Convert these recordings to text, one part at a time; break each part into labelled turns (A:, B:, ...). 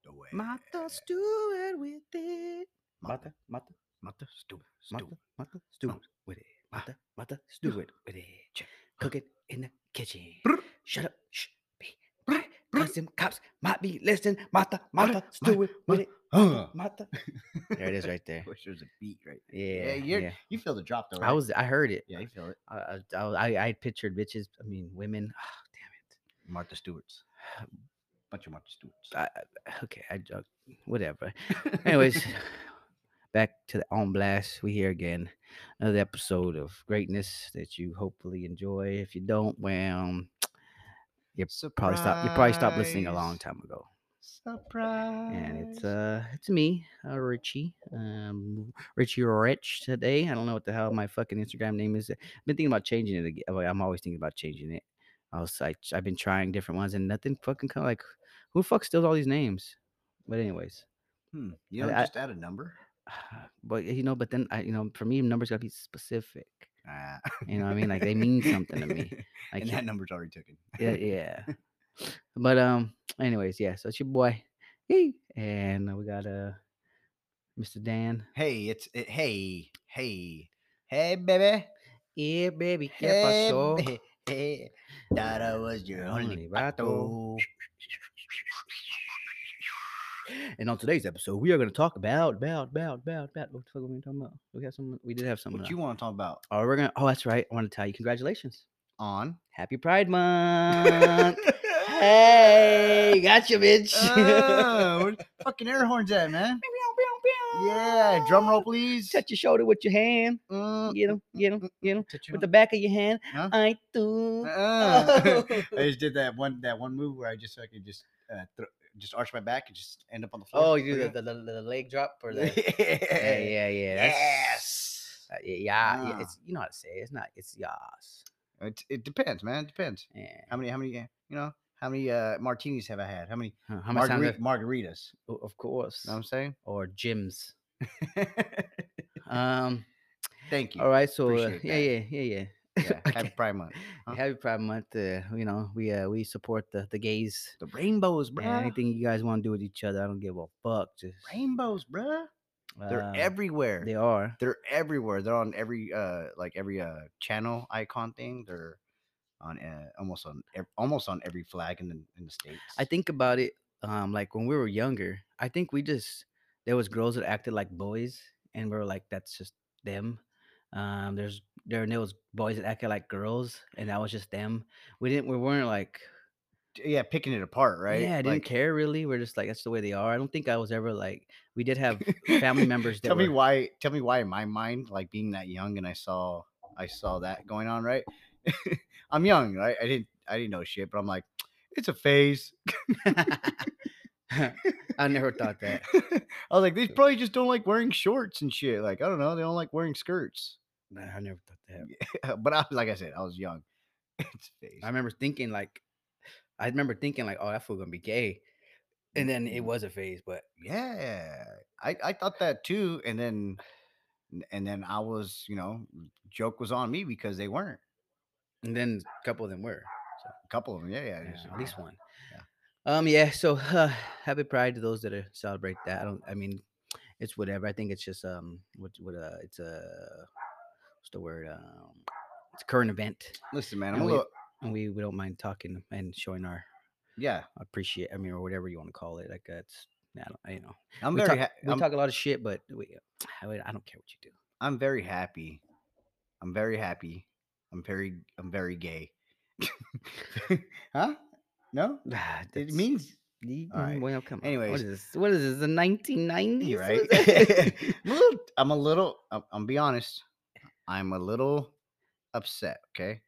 A: Stewart.
B: Martha Stewart with it. Martha, Martha,
A: Martha Stewart.
B: Martha,
A: Stewart.
B: Martha Stewart
A: Martha.
B: with it. Martha, Martha Stewart with it.
A: Check.
B: Cook it in the kitchen.
A: Brr.
B: Shut up. Shh. Be
A: Brr.
B: quiet. 'cause them cops might be listening. Martha,
A: Martha,
B: Martha
A: Mar-
B: Stewart with
A: Mar-
B: it.
A: Huh.
B: Martha. There it is right there.
A: Oh. Wish there was a beat right there.
B: Yeah.
A: you're,
B: yeah.
A: you feel the drop though.
B: I
A: right?
B: was. I heard it.
A: Yeah, you feel it.
B: I, I, I, was- I I had pictured bitches. I mean, women. Oh, damn
A: Martha Stewart's. Bunch of Martha Stewart's.
B: it. I, I- okay, I joked. Whatever. Uh, Anyways, back to the on blast. We here again. Another episode of greatness that you hopefully enjoy. If you don't, well, you probably stop. You probably stopped listening a long
A: Surprise.
B: time ago.
A: Surprise.
B: And it's uh, it's me, uh, Richie, um, Richie Rich today. I don't know what the hell my fucking Instagram name is. I've been thinking about changing it. Again. I'm always thinking about changing it. I was like, I've been trying different ones, and nothing fucking come. Like, who the fuck steals all these names? But anyways,
A: Hmm. You
B: I-
A: don't
B: I-
A: just add a number.
B: but you know, but then I, you know, for me, numbers gotta be specific.
A: Ah.
B: You know what I mean? Like, they mean something to me. I
A: and
B: can't-
A: that number's already taken.
B: yeah, yeah. But um, anyways, yeah. So it's your boy, Yee. and we got uh, Mr. Dan.
A: Hey, it's it, hey, hey, hey, baby.
B: Yeah, baby. ¿Qué
A: Hey,
B: pasó?
A: ba- hey, thought eh, I was your only
B: Only
A: vato.
B: vato. And on today's episode, we are going to talk about, about, about, about, about. What the fuck are we talking about? We got some. We did have something.
A: What you want to talk about
B: Oh, we're gonna. Oh, that's right. I want to tell you. Congratulations.
A: on?
B: Happy Pride Month. hey, gotcha, bitch.
A: Oh, where the fucking air horns at, man? Yeah, drum roll, please.
B: Touch your shoulder with your hand.
A: Mm,
B: Get him. Get him. Get him.
A: touch your-
B: With the back of your hand.
A: Huh?
B: I do.
A: Uh, I just did that one that one move where I just I could just uh, thro- just arch my back and just end up on the floor.
B: Oh, you do
A: Look
B: the, the, the, the leg drop or
A: at
B: the.
A: that.
B: yeah, yeah, yeah. That's,
A: Yes.
B: Uh, y- yeah, yeah,
A: Ah.
B: it's you know how to say it. it's not it's yas.
A: It, it depends, man. It depends.
B: Yeah.
A: How many? How many? uh, You know? How many uh, martinis have I had? How many
B: Huh, How much time?
A: margari-
B: do-
A: margaritas?
B: o- Of course.
A: You know what I'm saying?
B: Or gyms. Um.
A: Thank you.
B: All right. So uh,
A: Appreciate
B: yeah,
A: that.
B: yeah, yeah, yeah.
A: Yeah,
B: I
A: happy
B: can't-
A: Pride Month. huh?
B: Happy Pride Month. Uh, you know, we uh we support the the gays.
A: The rainbows,
B: and
A: bruh.
B: anything you guys want to do with each other, I don't give a fuck. Just
A: Rainbows, bruh. They're
B: uh,
A: everywhere.
B: They are.
A: they're everywhere. They're on every uh like every uh channel icon thing. They're on uh, almost on ev- almost on every flag in the in the states.
B: I think about it. Um, like when we were younger, I think we just there was girls that acted like boys, and we were like, that's just them. Um, there's there and there was boys that acted like girls, and that was just them. We didn't we weren't like
A: D- yeah, picking it apart, right?
B: Yeah, I didn't
A: Like-
B: care really. We're just like that's the way they are. I don't think I was ever like we did have family members that
A: tell me
B: were-
A: why. Tell me why in my mind, like being that young, and I saw I saw that going on, right? I'm young, right? I didn't I didn't know shit, but I'm like, it's a phase.
B: I never thought that.
A: I was like, they probably just don't like wearing shorts and shit. Like, I don't know, they don't like wearing skirts.
B: Nah, I never thought that.
A: but I, like I said, I was young. It's phase.
B: I remember thinking like I remember thinking like, oh that fool gonna be gay. And then
A: Mm-hmm.
B: it was a phase, but
A: yeah i i thought that too and then n- and then i was you know joke was on me because they weren't
B: and then a couple of them were.
A: a couple of them yeah yeah,
B: Yeah,
A: just-
B: at least one. Um, yeah. So uh, happy Pride to those that are celebrate that. I don't. I mean, it's whatever. I think it's just um, what what uh, it's a what's the word um, it's a current event,
A: listen man i'm
B: And
A: a
B: we-
A: little
B: and we we don't mind talking and showing our
A: yeah
B: appreciate. I mean, or whatever you want to call it. Like uh, it's I don't I, you know
A: i'm
B: we
A: very
B: talk,
A: ha-
B: we
A: I'm,
B: talk a lot of shit, but we I, mean, I don't care what you do.
A: I'm very happy i'm very happy i'm very i'm very gay huh no it
B: That's-
A: means
B: Ye-
A: all right.
B: Well, come on. what
A: Anyways.
B: is this? What is this? The nineteen nineties,
A: you're right I'm a little, I'm a little I'm, I'm be honest i'm a little upset okay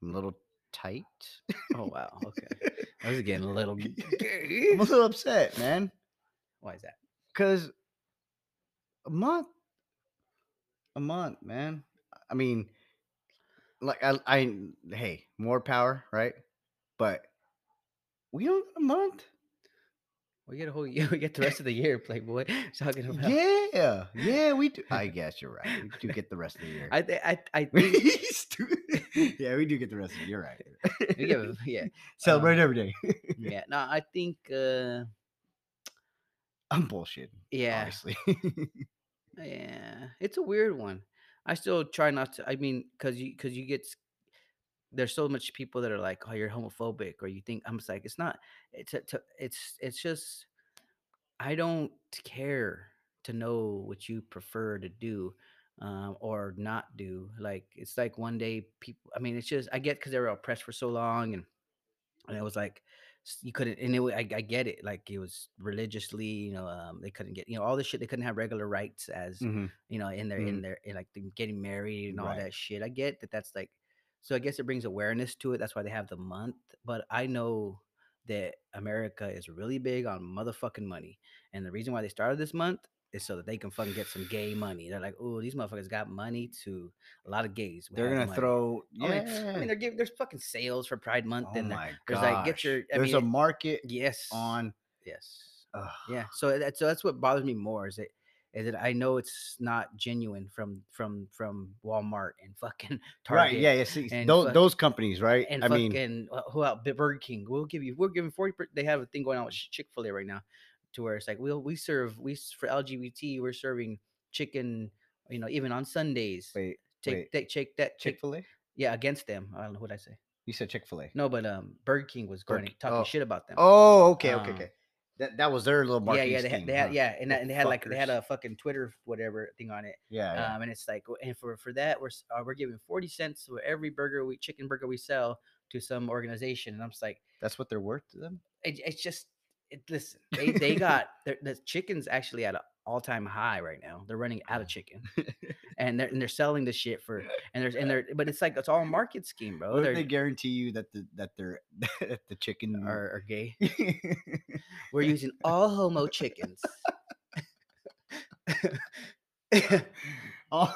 A: i'm a little tight
B: oh wow. Okay. I was getting a little.
A: I'm a little upset, man,
B: Why is that?
A: because a month, a month, man. I mean, like I, I, hey, more power, right? But we don't got a month.
B: We get a whole year. We get the rest of the year, Playboy. Talking about.
A: Yeah, yeah, we do. I guess you're right. We do get the rest of the year.
B: I th- I I think
A: Stupid. yeah, we do get the rest of the year. Right.
B: we um, give, yeah
A: Celebrate every day.
B: yeah no I think uh
A: I'm bullshit.
B: Yeah.
A: Obviously.
B: Yeah, it's a weird one. I still try not to. I mean, because you because you get s- there's so much people that are like, oh, you're homophobic, or you think I'm just like, it's not. It's a, to, it's it's just I don't care to know what you prefer to do um, or not do. Like it's like one day people. I mean, it's just I get because they were oppressed for so long, and and it was like s- you couldn't and it, wa- I, I get it like it was religiously you know um, they couldn't get you know all this shit they couldn't have regular rights as
A: Mhm.
B: you know, in their in their in like them getting married and all
A: Right.
B: that shit. I get that that's like so I guess it brings awareness to it. That's why they have the month. But I know that America is really big on motherfucking money. And the reason why they started this month is so that they can fucking get some gay money. They're like, oh, these motherfuckers got money to a lot of gays. would
A: They're
B: have
A: gonna
B: money."
A: throw.
B: I
A: Yeah.
B: mean, I mean, they're giving there's fucking sales for Pride Month,
A: oh
B: and there-
A: my
B: there's
A: gosh.
B: like, get your- I
A: there's
B: mean,
A: a market
B: yes,
A: on.
B: yes,
A: Ugh.
B: yeah so that, so that's what bothers me more is that is that i know it's not genuine from from from walmart and fucking target
A: Right. Yeah. Yeah. See,
B: and
A: those,
B: fuck-
A: those companies, right?
B: and
A: I
B: fucking
A: mean,
B: uh, who out Bi- burger king we'll give you we're giving 40 per- they have a thing going on with chick-fil-a right now to where it's like we'll we serve we s- for lgbt we're serving chicken you know even on sundays
A: wait,
B: take
A: wait.
B: that take that
A: Chick
B: chick
A: Fil A.
B: yeah against them i don't know what i say
A: You said Chick Fil A.
B: no but um burger king was
A: Burger
B: going
A: Ki-
B: talking
A: oh.
B: shit about them
A: Oh, okay, okay,
B: Um,
A: okay. That that was their little
B: yeah
A: marketing.
B: yeah they
A: scheme,
B: had, they had
A: huh?
B: yeah and,
A: The
B: that- and they had like they had
A: fuckers.
B: a fucking twitter whatever thing on it
A: Yeah. yeah.
B: Um, and it's like, and for, for that, we're s- uh, we're giving forty cents for every burger we chicken burger we sell to some organization, and I'm just like,
A: That's what they're worth to them.
B: it, it's just, it, listen, they they got the, the chicken's actually at an all time high right now. They're running
A: Uh-huh.
B: out of chicken, and they're and they're selling the shit for and there's and they're but it's like it's all a market scheme, bro.
A: What
B: they're
A: if they guarantee you that the that they're that the chicken
B: are, are gay.
A: That's
B: We're using all homo chickens.
A: all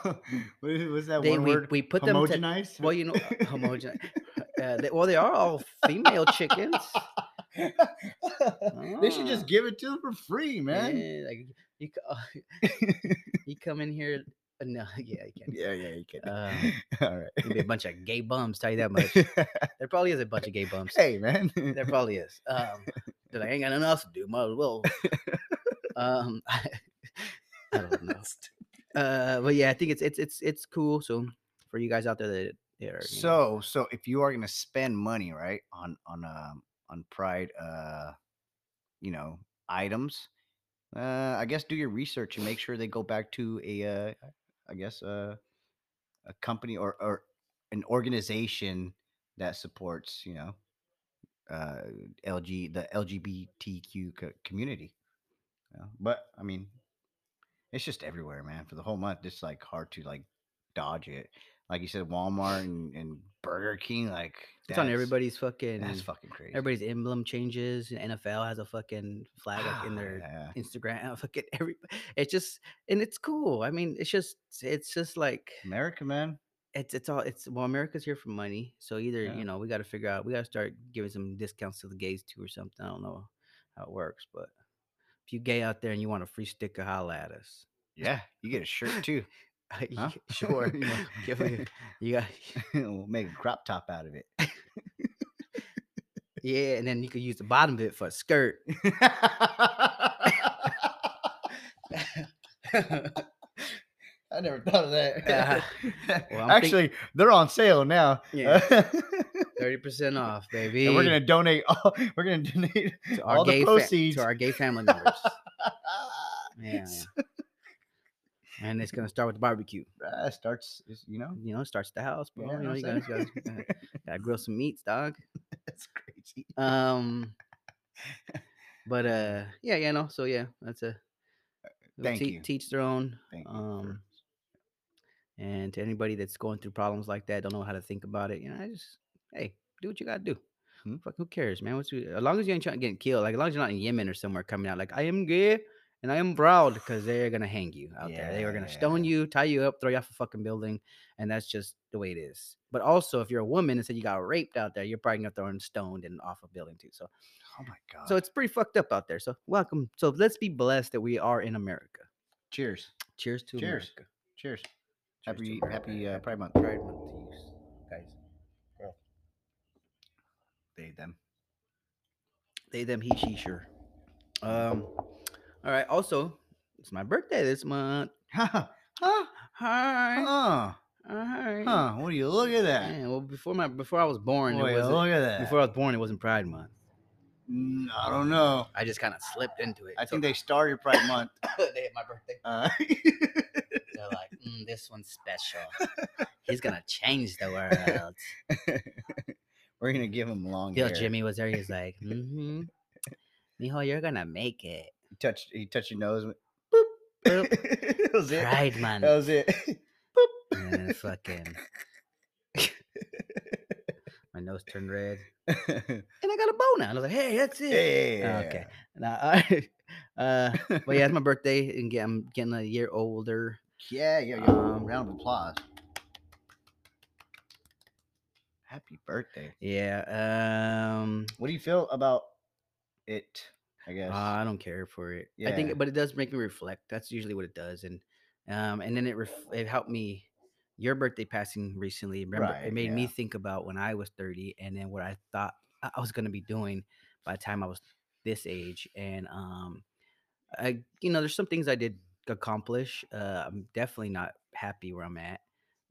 A: what is, what's that
B: they
A: one
B: we,
A: word?
B: we put them to
A: Homogenized?
B: well, you know, homogen. Uh, they, well, they are all female chickens.
A: they should just
B: Ah.
A: give it to them for free, man.
B: Yeah, like you, c- uh, you come in here. uh, No, yeah, you can't.
A: Yeah, yeah, you can.
B: Um,
A: all
B: There'd be a bunch of gay bums. Tell you that much.
A: right.
B: There probably is a bunch of gay bums.
A: hey, man.
B: There probably is. Um, that I ain't got nothing else to do. Might as well. Um, I, don't know. Uh, but yeah, I think it's it's it's it's cool. So for you guys out there that, that are you know,
A: so so if you are gonna spend money right on on um on pride uh you know items uh i guess do your research and make sure they go back to a uh i guess uh a company or or an organization that supports you know uh lg the lgbtq co- community you know? but i mean it's just everywhere man for the whole month it's like hard to like dodge it like you said walmart and, and burger king like
B: it's on
A: that's-
B: everybody's fucking.
A: that's fucking crazy
B: Everybody's emblem changes. and NFL has a fucking flag up in their
A: Ah, Yeah.
B: Instagram. I Fucking every, it's just and it's cool. I mean, it's just it's just like
A: america man
B: it's it's all it's well, America's here for money. So either
A: Yeah.
B: you know we got to figure out we got to start giving some discounts to the gays too or something. I don't know how it works, but if you gay out there and you want a free sticker, holla at us.
A: yeah you get a shirt too Huh?
B: sure,
A: You know?
B: Give me- you got
A: we'll make a crop top out of it
B: yeah, and then you could use the bottom of it for a skirt.
A: I never thought of that.
B: Uh, well, I'm think-
A: Actually, they're on sale now.
B: Yeah.
A: and
B: Thirty percent off, baby.
A: we're gonna donate all. We're gonna donate
B: to our
A: all
B: gay
A: the
B: fa-
A: proceeds.
B: to our gay family members. yeah,
A: So-
B: yeah. and it's gonna start with the barbecue.
A: Ah, it starts, is- you know.
B: You know, it starts at the house,
A: Yeah,
B: bro.
A: know
B: you know,
A: what
B: you
A: I'm
B: guys gotta,
A: saying?
B: gotta- gotta grill some meats, dog.
A: That's crazy.
B: Um, but uh, yeah, yeah, no. So yeah, that's a we'll
A: Uh, Thank
B: te-
A: you.
B: Teach their own.
A: Thank you for-
B: um, and to anybody that's going through problems like that, don't know how to think about it. You know, I just hey, do what you gotta do.
A: Hmm.
B: Fuck, who cares, man? What's you, as long as you ain't trying to get killed, like as long as you're not in Yemen or somewhere coming out, like I am gay and I am proud because they're gonna hang you out there. They are gonna stone
A: Yeah.
B: you, tie you up, throw you off a fucking building, and that's just the way it is. But also, if you're a woman and said you got raped out there, you're probably gonna thrown stoned and off a building too. So,
A: Oh my god.
B: so it's pretty fucked up out there. So, welcome. So let's be blessed that we are in America.
A: cheers.
B: Cheers to
A: Cheers.
B: America.
A: Cheers.
B: Cheers to
A: Happy
B: America.
A: Happy uh, Pride Month.
B: Pride Month to you guys.
A: They them.
B: They, them, he, she, sure. Um, All right. Also, it's my birthday this month.
A: huh? Huh?
B: Hi.
A: Huh?
B: Hi.
A: Oh, Huh? What do you look at that?
B: Man, well, before my before I was born,
A: Boy, oh,
B: it wasn't,
A: look at that.
B: before I was born, it wasn't Pride Month.
A: Mm, I don't know.
B: I just kind of slipped into it.
A: I think they started Pride Month.
B: they hit my birthday.
A: Uh,
B: They're like, mm, this one's special. He's gonna change the world.
A: we're gonna give him long
B: Bill
A: hair.
B: Jimmy was there. He was like, mm-hmm. Mijo, you're gonna make it.
A: He touched. He touched your nose. went,
B: Boop.
A: that was it.
B: Pride
A: That
B: Month.
A: was it.
B: And then fucking. my nose turned red. And I got a bow now. And I was like, hey, that's it. Okay.
A: yeah.
B: Now, I, uh,
A: Okay.
B: but yeah, it's my birthday, and get, I'm getting a year older.
A: Yeah, yeah, yeah.
B: Um,
A: round of applause. Happy birthday.
B: Yeah. Um,
A: What do you feel about it? I guess.
B: uh, I don't care for it. I
A: Yeah.
B: think, but it does make me reflect. That's usually what it does, and um, and then it ref- it helped me. Your birthday passing recently, remember,
A: Right,
B: it made me
A: yeah.
B: think about when I was thirty, and then what I thought I I was gonna be doing by the time I was this age, and um, I you know, there's some things I did accomplish. Uh, I'm definitely not happy where I'm at.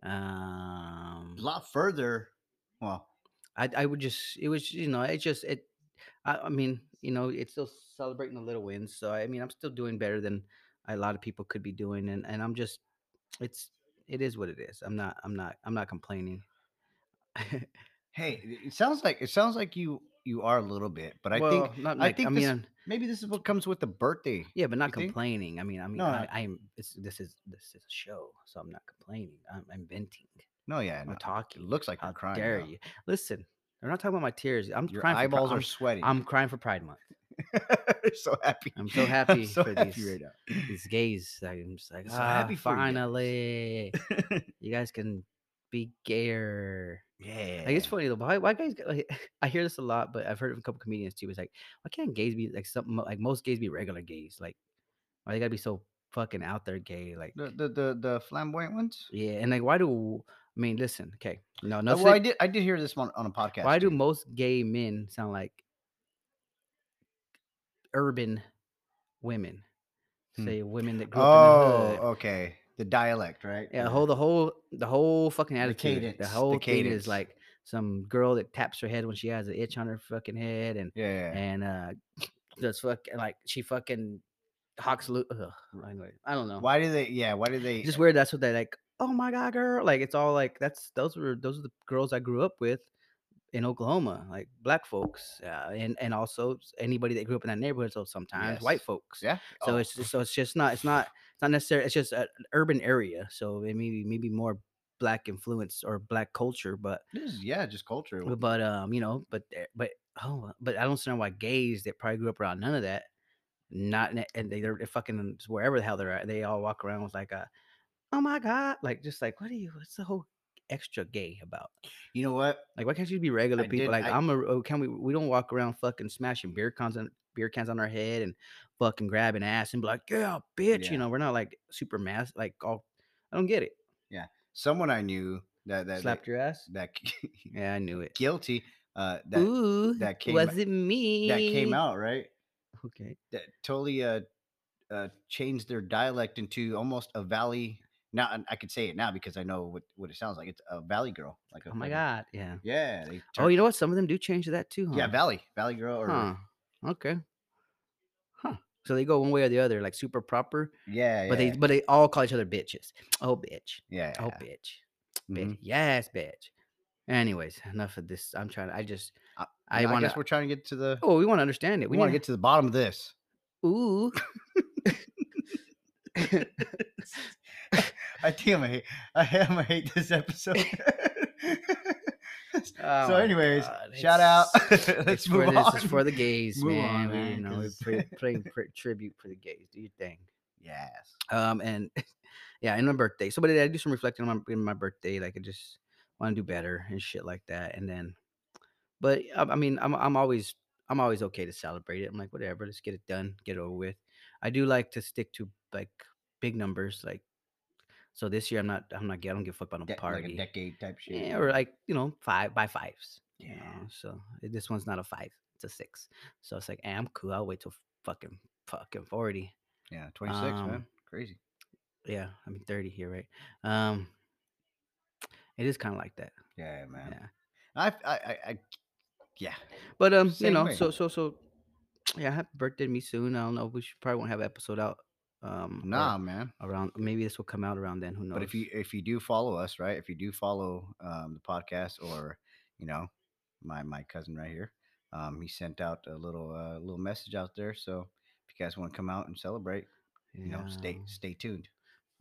B: Um,
A: a lot further. Well,
B: I I would just it was you know it just it I, I mean you know it's still celebrating the little wins so I mean I'm still doing better than a lot of people could be doing and and I'm just it's it is what it is I'm not I'm not I'm not complaining
A: hey, it- it sounds like it sounds like you you are a little bit, but I think
B: Well, not
A: I
B: like, I
A: think
B: mean
A: this-
B: I'm-
A: maybe this is what comes with the birthday.
B: yeah but not
A: you think?
B: complaining I mean I mean
A: No,
B: I,
A: no.
B: I'm it's, this is this is a show so I'm not complaining I'm, I'm venting
A: No, yeah, no,
B: I'm talking
A: it looks like
B: how
A: you're crying.
B: dare
A: though.
B: you listen I'm not talking about my tears I'm
A: Your
B: crying
A: eyeballs
B: for,
A: are
B: Pri-
A: sweating.
B: I'm, I'm crying for Pride Month
A: so happy.
B: I'm so happy
A: so
B: for
A: happy
B: these-
A: right now.
B: these gays. like, I'm just like,
A: So
B: "Ah,
A: happy for you guys."
B: finally, you guys can be gayer.
A: yeah,
B: Like it's funny though. Why, why guys? Like, I hear this a lot, but I've heard it from a couple comedians too. It's like, why can't gays be like something? Like most gays be regular gays. Like, why they gotta be so fucking out there gay? Like,
A: The, the the the flamboyant ones.
B: yeah, and like, why do? I mean, listen, okay, no, no.
A: Uh, well, I did I did hear this one on a podcast.
B: why do
A: too.
B: most gay men sound like urban women?
A: Hmm.
B: Say women that grew up in the
A: Oh,
B: hood.
A: okay. The dialect, right?
B: Yeah, the whole the whole the whole fucking attitude. The,
A: cadence, the
B: whole thing
A: cadence.
B: is like some girl that taps her head when she has an itch on her fucking head, and
A: Yeah, yeah, yeah.
B: and uh, that's fucking like she fucking hawks loot. I don't know.
A: Why do they? Yeah, why do they? uh,
B: It's just weird. That's what they like. Oh my god, girl! Like it's all like that's those were those are the girls I grew up with in Oklahoma, like black folks, uh, and and also s- anybody that grew up in that neighborhood. So sometimes white
A: Yes.
B: folks.
A: Yeah.
B: So
A: oh,
B: it's just, so it's just not it's not it's not necessarily it's just a- an urban area. So it maybe maybe more black influence or black culture, but
A: this is- yeah, just culture.
B: but- but um you know but there- but oh but I don't understand why gays that probably grew up around none of that not ne- and they they're fucking just wherever the hell they're at they all walk around with like a oh my god like just like what are you what's the whole extra gay about
A: You know what?
B: like why can't you be regular
A: I
B: people
A: did-
B: like
A: I-
B: I'm a oh, can we we don't walk around fucking smashing beer cans on beer cans on our head and fucking grabbing ass and be like yeah bitch
A: Yeah.
B: you know we're not like super mass like all I don't get it
A: Someone I knew that that
B: slapped your ass
A: that, that
B: yeah I knew it
A: guilty uh, that
B: ooh
A: that came-
B: was it me
A: that came out right
B: okay
A: that totally uh, uh changed their dialect into almost a valley. Now and I could say it now because I know what what it sounds like. It's a valley girl. Like a
B: Oh my
A: fucking-
B: god. Yeah.
A: Yeah. They
B: Oh,
A: turned-
B: you know what? Some of them do change to that too, huh?
A: yeah, valley valley girl or
B: Huh. Okay. Huh. So they go one way or the other, like super proper,
A: yeah,
B: but they
A: yeah,
B: but they all call each other bitches. Oh bitch.
A: yeah.
B: Oh bitch. Bitch.
A: mhm.
B: Yes, bitch. Anyways, enough of this. I'm trying to I just
A: I-
B: I
A: No,
B: want
A: guess
B: to
A: we're trying to get to the.
B: Oh, we want to understand it.
A: we want to get to the bottom of this.
B: to Ooh.
A: I think I'm gonna hate, I am gonna hate this episode.
B: Oh
A: so,
B: my
A: anyways,
B: God,
A: shout out.
B: it's-
A: Let's
B: it's
A: move
B: for
A: on.
B: the- This is for the gays,
A: Move
B: man.
A: on,
B: We,
A: man,
B: you know, we
A: 'cause-
B: pay, paying pr- tribute for the gays. Do your thing.
A: yes.
B: Um, and yeah, and my birthday. So, but I do some reflecting on my, in my birthday. Like, I just want to do better and shit like that. And then, but I, I mean, I'm I'm always I'm always okay to celebrate it. I'm like, whatever, let's get it done, get it over with. I do like to stick to like big numbers, like. So this year I'm not I'm not gay. I don't give a fuck about no
A: De- like a
B: party.
A: decade type shit.
B: yeah, or like you know five by fives.
A: yeah.
B: You know, so this one's not a five, it's a six. So it's like, eh, I'm cool. I'll wait till fucking fucking forty.
A: Yeah, 26, man.
B: Um,
A: Crazy.
B: Yeah, I mean 30 here, right? Um, it is kind of like that.
A: Yeah, man.
B: Yeah.
A: I, I, I, I yeah.
B: But um, you
A: Same
B: know,
A: way.
B: so so so yeah, happy birthday to me soon. I don't know. We should probably won't have an episode out. Um, or
A: Nah, man.
B: around maybe this will come out around then. Who knows?
A: But if you if you do follow us, right? If you do follow um, the podcast, or you know, my my cousin right here, um, he sent out a little uh, little message out there. So if you guys want to come out and celebrate, you know, stay
B: Yeah.
A: stay tuned.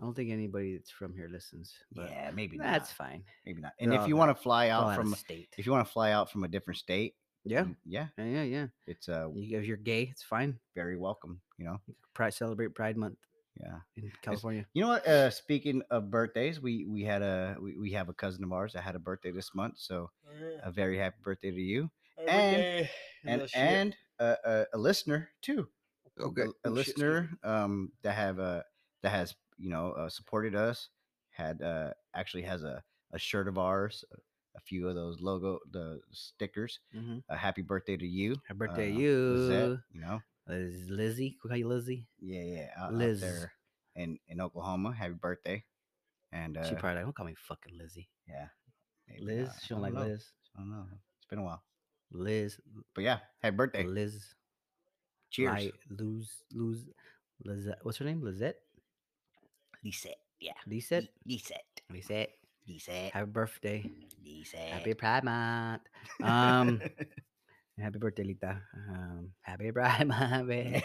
B: I don't think anybody that's from here listens. But
A: yeah, maybe
B: that's
A: not.
B: fine.
A: Maybe not.
B: they're
A: And if
B: all
A: you
B: out-
A: want to fly
B: All
A: out
B: out
A: from
B: of state.
A: if you want to fly out from a different state,
B: yeah.
A: mm, yeah,
B: Yeah, yeah, yeah.
A: it's uh,
B: You, if you're gay, it's fine.
A: very welcome. You know,
B: Pride celebrate Pride Month
A: yeah.
B: in California.
A: You know what? Uh, speaking of birthdays, we we had a we, we have a cousin of ours that had a birthday this month. So
B: Uh,
A: a very happy birthday to you. and- and and a, a, a listener too.
B: Okay.
A: A- A, listener um, that have uh, that has you know uh, supported us. Had uh, actually has a, a shirt of ours, a- a few of those logo the stickers.
B: Mm-hmm.
A: A happy birthday to you.
B: Happy birthday,
A: uh,
B: to you.
A: Lizette, you know,
B: Liz- Lizzie. Can we call you Lizzie?
A: yeah, yeah, out, out
B: Liz.
A: there in in Oklahoma. Happy birthday. And uh,
B: she probably like, don't call me fucking Lizzie.
A: yeah, maybe
B: Liz.
A: not,
B: She don't like
A: know.
B: Liz.
A: I don't know. It's been a while,
B: Liz.
A: but yeah, happy birthday.
B: Liz.
A: Cheers.
B: Li- Luz. Luz. Lizette. What's her name? Lizette.
A: Lisette, yeah,
B: Lisette.
A: Lisette,
B: Lizette.
A: Lisette,
B: Happy birthday.
A: Lisette.
B: Happy Pride Month. Um. Happy birthday, Lita. Um, happy birthday, baby.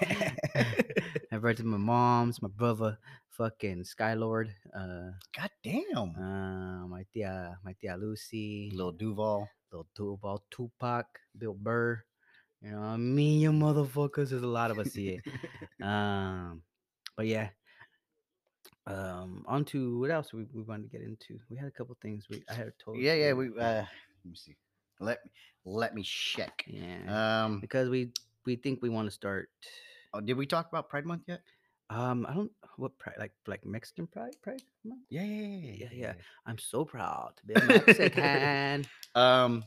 B: happy birthday to my mom's, my brother, fucking Skylord, uh,
A: God damn.
B: uh, my tia, my tia Lucy,
A: Little Duval.
B: little Duval, Tupac, Bill Burr. You know, what I mean, you motherfuckers. There's a lot of us here. um, but yeah. Um, on to what else we, we wanted to get into. We had a couple things. We I had told.
A: yeah, yeah.
B: you.
A: We uh, let me see. Let let me check.
B: yeah
A: Um,
B: because we we think we want to start
A: oh, did we talk about Pride Month yet?
B: Um, I don't what pride like like Mexican pride pride. Month?
A: Yeah, yeah,
B: Yeah, yeah. I'm so proud to be a Mexican.
A: yeah. Um,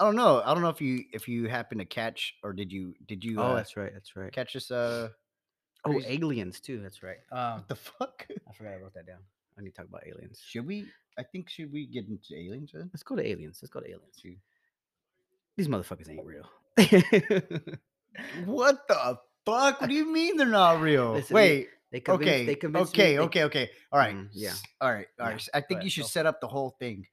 A: I don't know. I don't know if you if you happen to catch or did you did you
B: oh,
A: uh,
B: that's right, that's right.
A: catch this? Uh,
B: Oh,
A: crazy-
B: aliens too. That's right. Um,
A: what the fuck?
B: I forgot I wrote that down. I need to talk about aliens.
A: Should we? I think should we get into aliens then?
B: Let's go to aliens. Let's go to aliens.
A: Shoot.
B: These motherfuckers ain't real.
A: What the fuck? What do you mean they're not real?
B: Listen, they-
A: Wait.
B: they convinced.
A: okay.
B: They convinced
A: okay.
B: me, they-
A: okay. Okay. All right.
B: Mhm, yeah.
A: s- All right. All
B: Yeah,
A: right. s- I think
B: ahead,
A: you
B: go
A: should
B: for
A: set up the whole thing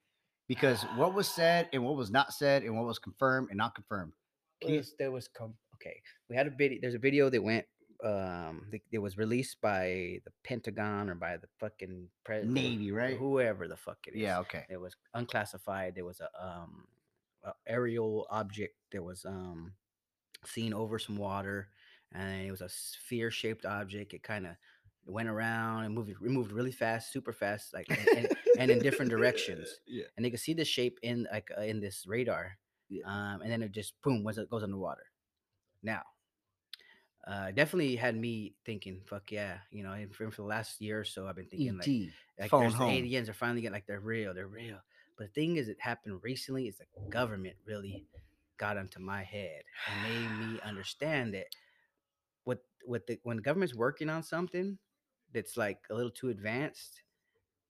A: because what was said and what was not said and what was confirmed and not confirmed. Can you-
B: was- there was com- okay. We had a video. There's a video that went. Um, th- it was released by the Pentagon or by the fucking president,
A: Navy, right?
B: Whoever the fuck it is.
A: Yeah. Okay.
B: There was unclassified. There was a um a aerial object that was um seen over some water, and it was a sphere shaped object. It kind of went around and moved. It moved really fast, super fast, like and, and, and in different directions.
A: Yeah.
B: And they could see the shape in like uh, in this radar,
A: Yeah.
B: um, and then it just boom was it goes underwater. Now. Uh, definitely had me thinking, fuck yeah, you know. And for, for the last year or so, I've been thinking like,
A: E.T.
B: like
A: E phone
B: there's the
A: home.
B: aliens are finally getting like they're real, they're real. But the thing is, it happened recently. Is the government really got onto my head and made me understand that what what the when the government's working on something that's like a little too advanced,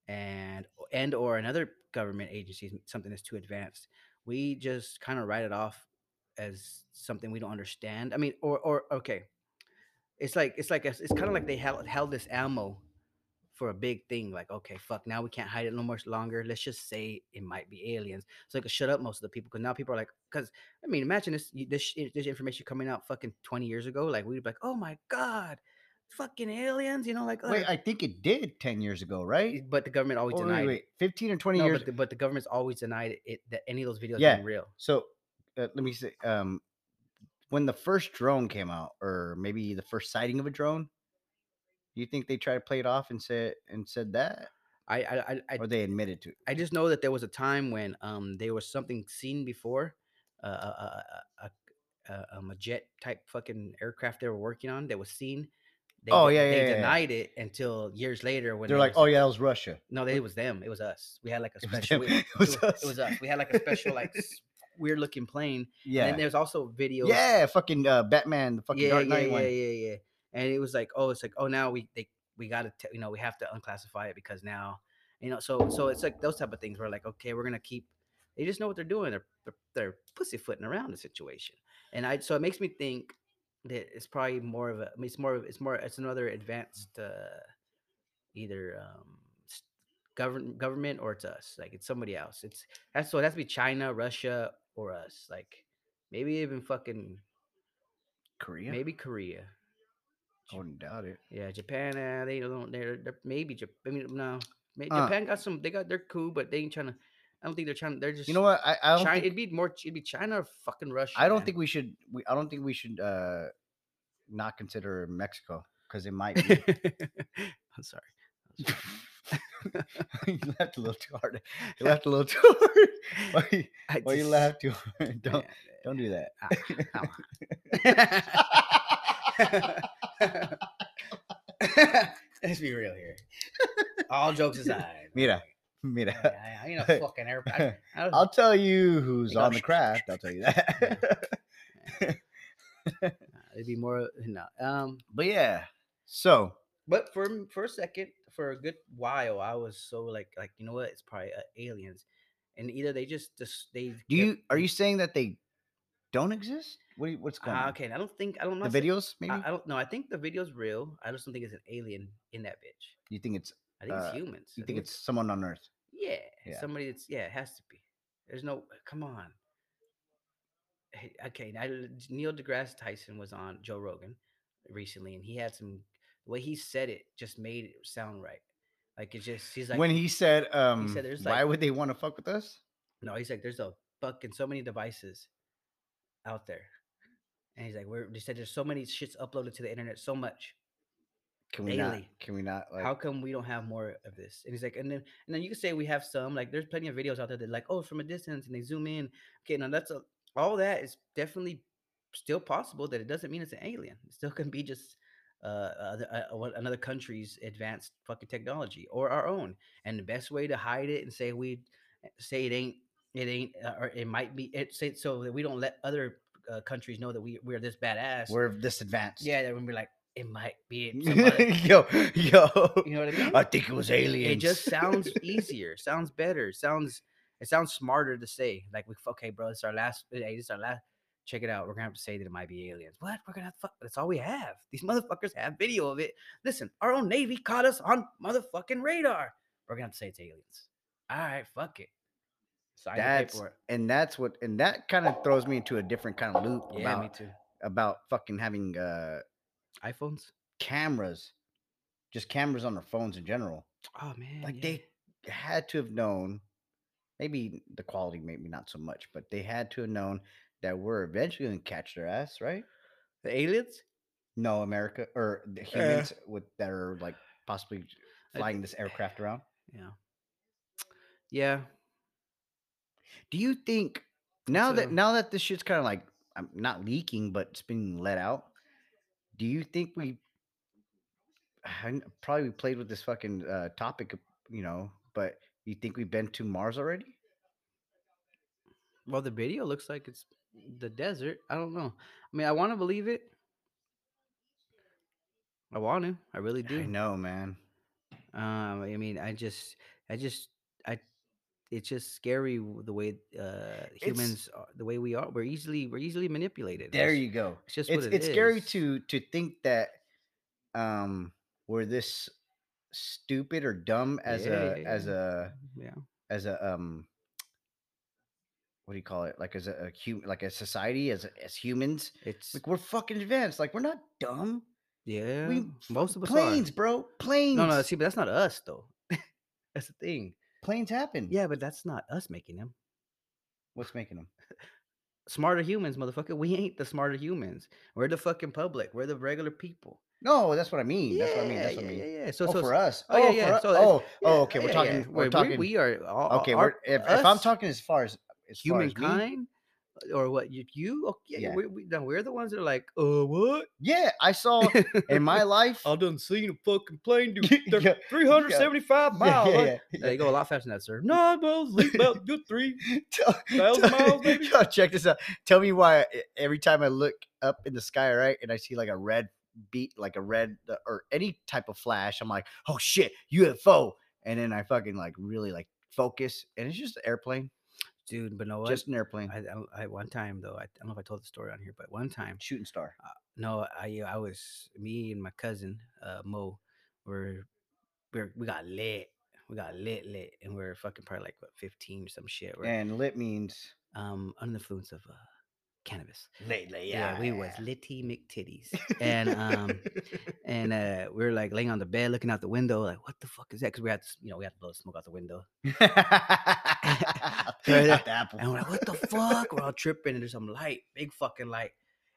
B: and and or another government agency something that's too advanced, we just kind of write it off as something we don't understand. I mean, or or okay, it's like it's like a, it's kind of like they held held this ammo for a big thing. Like, okay, fuck, now we can't hide it no more longer. Let's just say it might be aliens, so they could shut up most of the people. Because now people are like, because I mean, imagine this you- this shit- this information coming out fucking twenty years ago. Like we'd be like, oh my god, fucking aliens, you know, like
A: Wait,
B: uh,
A: I think it did ten years ago, right?
B: but the government always
A: Oh,
B: denied
A: wait,
B: it.
A: wait, fifteen or twenty
B: No,
A: years.
B: but the, but the government's always denied it, it that any of those videos
A: Yeah.
B: are real.
A: So uh, let me say, um, when the first drone came out, or maybe the first sighting of a drone, do you think they tried to play it off and said and said that,
B: I I I, I,
A: or they admitted to it?
B: I just know that there was a time when um there was something seen before, uh, a a a, a, um, a jet type fucking aircraft they were working on that was seen. They,
A: Oh,
B: de-
A: yeah, yeah,
B: they
A: yeah, yeah.
B: denied it until years later when
A: They're
B: there
A: like,
B: was-
A: oh yeah, that was Russia.
B: no, they- it was them. It was us. We had like a
A: It was
B: special.
A: them.
B: we-
A: It was
B: it, wa-
A: us.
B: it was uh, us. We had like a special like weird looking plane. And
A: Yeah.
B: then there's also videos.
A: Yeah, fucking uh, Batman, the fucking
B: yeah,
A: Dark
B: yeah,
A: Knight
B: yeah,
A: one.
B: yeah, yeah. and it was like, oh, it's like, oh, now we they we gotta t- you know we have to unclassify it because now you know so so it's like those type of things where like okay we're gonna keep they just know what they're doing they're they're, they're pussyfooting around the situation and I so it makes me think that it's probably more of a I mean, it's more of it's more it's another advanced uh, either um, s- govern government or it's us like it's somebody else it's that's so it has to be China Russia or us like maybe even fucking
A: Korea?
B: maybe Korea
A: I wouldn't doubt it.
B: Yeah, Japan. Uh, they don't. They're, they're maybe. Jap- I mean, no. May-
A: Uh.
B: Japan got some. They got. They're cool, but they ain't trying to. I don't think they're trying. They're just.
A: You know what? I, I don't
B: China,
A: think,
B: it'd be more. It'd be China or fucking Russia.
A: I don't
B: man.
A: think we should. We, I don't think we should uh, not consider Mexico because it might. Be.
B: I'm sorry.
A: you laughed a little too hard. You laughed a little too hard. Why, you-
B: I
A: why you
B: just-
A: laugh too hard? Don't
B: man,
A: don't do that.
B: ah, come on. Let's be real here. All jokes aside.
A: Mira,
B: I,
A: mira.
B: I, I ain't a fucking airplane. I, I,
A: I'll tell you who's
B: Like, oh,
A: on the
B: sh- sh-
A: craft. I'll tell you that.
B: it'd be more. No. Um.
A: but yeah, so
B: But for m- for a second, for a good while, I was so like like you know what? It's probably uh, aliens, and either they just just they
A: do
B: kept-
A: you are you saying that they don't exist? What do you, what's going
B: Ah,
A: on?
B: okay? I don't think I don't know
A: The videos, maybe.
B: I, I don't know. I think the video's real. I just don't think it's an alien in that bitch.
A: you think it's
B: I think
A: Uh,
B: it's humans.
A: you
B: I
A: think it's someone on Earth?
B: yeah,
A: Yeah.
B: somebody that's yeah it has to be. There's no uh, come on. Hey, Okay, now l- Neil deGrasse Tyson was on Joe Rogan recently, and he had some the way he said it just made it sound right. Like it just he's like
A: when he said, um,
B: there's,
A: why
B: like-
A: would they want to fuck with us?
B: No, he's like, there's a fucking so many devices out there. And he's like, we're they said there's so many shits uploaded to the internet so much.
A: Can we not?
B: daily.
A: Can we not? Like,
B: How come we don't have more of this? And he's like, and then and then you can say we have some, like there's plenty of videos out there that like, oh, it's from a distance and they zoom in. Okay, now that's a, all that is definitely still possible that it doesn't mean it's an alien. It still can be just uh, other, uh, what- another country's advanced fucking technology or our own. And the best way to hide it and say we eh, say it ain't it ain't uh, or it might be it say so that we don't let other uh, countries know that we we're this badass.
A: we're this advanced.
B: yeah, they're gonna be like it might be some other
A: yo, yo.
B: you know what I mean?
A: I think it was aliens.
B: It just sounds easier, sounds better, sounds it sounds smarter to say. Like we f- okay, bro, it's our last hey, this is our last check it out. We're gonna have to say that it might be aliens. What? We're gonna have fuck that's all we have. These motherfuckers have video of it. Listen, our own navy caught us on motherfucking radar. We're gonna have to say it's aliens. All right, fuck it. Sign
A: That's-
B: the paperwork.
A: and that's what, and that kind of throws me into a different kind of loop
B: Yeah,
A: about
B: me too.
A: about fucking having uh
B: iPhones?
A: cameras, just cameras on their phones in general.
B: Oh man.
A: Like
B: yeah.
A: they had to have known, maybe the quality, maybe not so much, but they had to have known that we're eventually gonna catch their ass, right?
B: the aliens?
A: No, America or the humans with that are like possibly
B: Eh. I-
A: flying this aircraft around.
B: Yeah. Yeah.
A: Do you think now that
B: so.
A: now that this shit's kind of like I'm not leaking, but it's being let out? Do you think we I kn- probably we played with this fucking uh, topic, you know? But you think we've been to Mars already?
B: Well, the video looks like it's the desert. I don't know. I mean, I want to believe it. I want to. I really do.
A: I know, man.
B: Um, I mean, I just, I just, I, it's just scary w- the way uh humans, are, the way we are. We're easily, we're easily manipulated.
A: There
B: That's-
A: you go.
B: It's just
A: It's
B: what it
A: it's scary
B: is.
A: to to think that um we're this stupid or dumb as a as
B: Yeah.
A: a
B: Yeah.
A: as a um what do you call it like as a, a hu- like as society as as humans
B: It's
A: like we're fucking advanced like we're not dumb
B: yeah.
A: we
B: most of us
A: planes
B: are.
A: bro planes
B: No, no. See, but that's not us though. that's the thing.
A: planes happen
B: Yeah, but that's not us making them.
A: what's making them
B: smarter humans, motherfucker. We ain't the smarter humans. We're the fucking public. We're the regular people.
A: no that's what i mean that's what i mean
B: Yeah,
A: that's what i
B: yeah,
A: mean
B: yeah, yeah. So,
A: oh,
B: so
A: for us
B: oh, yeah,
A: oh
B: yeah,
A: for us.
B: so it's-
A: oh,
B: yeah,
A: oh okay we're
B: yeah,
A: talking
B: yeah.
A: we're
B: we-
A: talking
B: We are all,
A: okay
B: our-
A: we're, if, if i'm
B: us,
A: talking as far as as far as me,
B: humankind or what you you okay,
A: Yeah.
B: yeah, We, we, no, we're the ones that are like uh what
A: yeah i saw in my life
B: I done seen a fucking plane do
A: Yeah, yeah,
B: three hundred seventy five
A: yeah,
B: miles.
A: yeah,
B: huh?
A: yeah.
B: They go a lot faster than that, sir. No, bro, leap about good three.
A: Tell-
B: Thousand
A: tell-
B: miles, baby?
A: Yo, check this out. Tell me why e- every time I look up in the sky, right, and I see like a red beat like a red uh, or any type of flash, I'm like, oh shit, UFO. And then I fucking like really like focus, and it's just an airplane,
B: dude. But no, what?
A: just an airplane,
B: I, I, don't- I one time though, I, I don't know if I told the story on here, but one time,
A: shooting star.
B: no, I I was me and my cousin uh, Mo were we we got lit, we got lit lit, and we are fucking probably like what 15 or some shit. We're
A: And lit means
B: um under the influence of uh, cannabis.
A: late, late.
B: we was litty McTitties, and um and uh we were like laying on the bed looking out the window, like what the fuck is that? Because we had to, s- you know we had to blow the smoke out the window,
A: Not the apple.
B: And we're like, what the fuck? We're all tripping, and there's some light, big fucking light,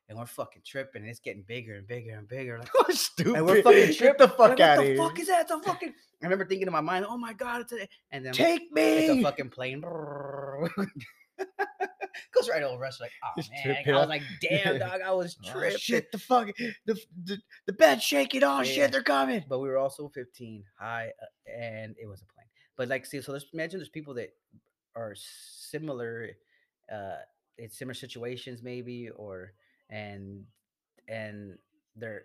B: and we're fucking tripping, and it's getting bigger and bigger and bigger. Like,
A: What stupid.
B: and we're fucking
A: Get
B: tripping.
A: the fuck
B: like,
A: out of
B: what the
A: here.
B: fuck is that? It's a fucking. I remember thinking in my mind, oh my god, it's a. And then
A: Take
B: it's a
A: me.
B: fucking plane. Goes right over us, like, oh
A: Just
B: man,
A: trip
B: I
A: out.
B: was like, damn, dog, I was
A: Oh,
B: tripping.
A: shit, the fuck, the the, the bed's shaking. Oh
B: Yeah.
A: shit, they're coming.
B: But we were also 15 high, uh, and it was a plane. But like, see, so there's imagine there's people that are similar, uh, in similar situations maybe, or and and they're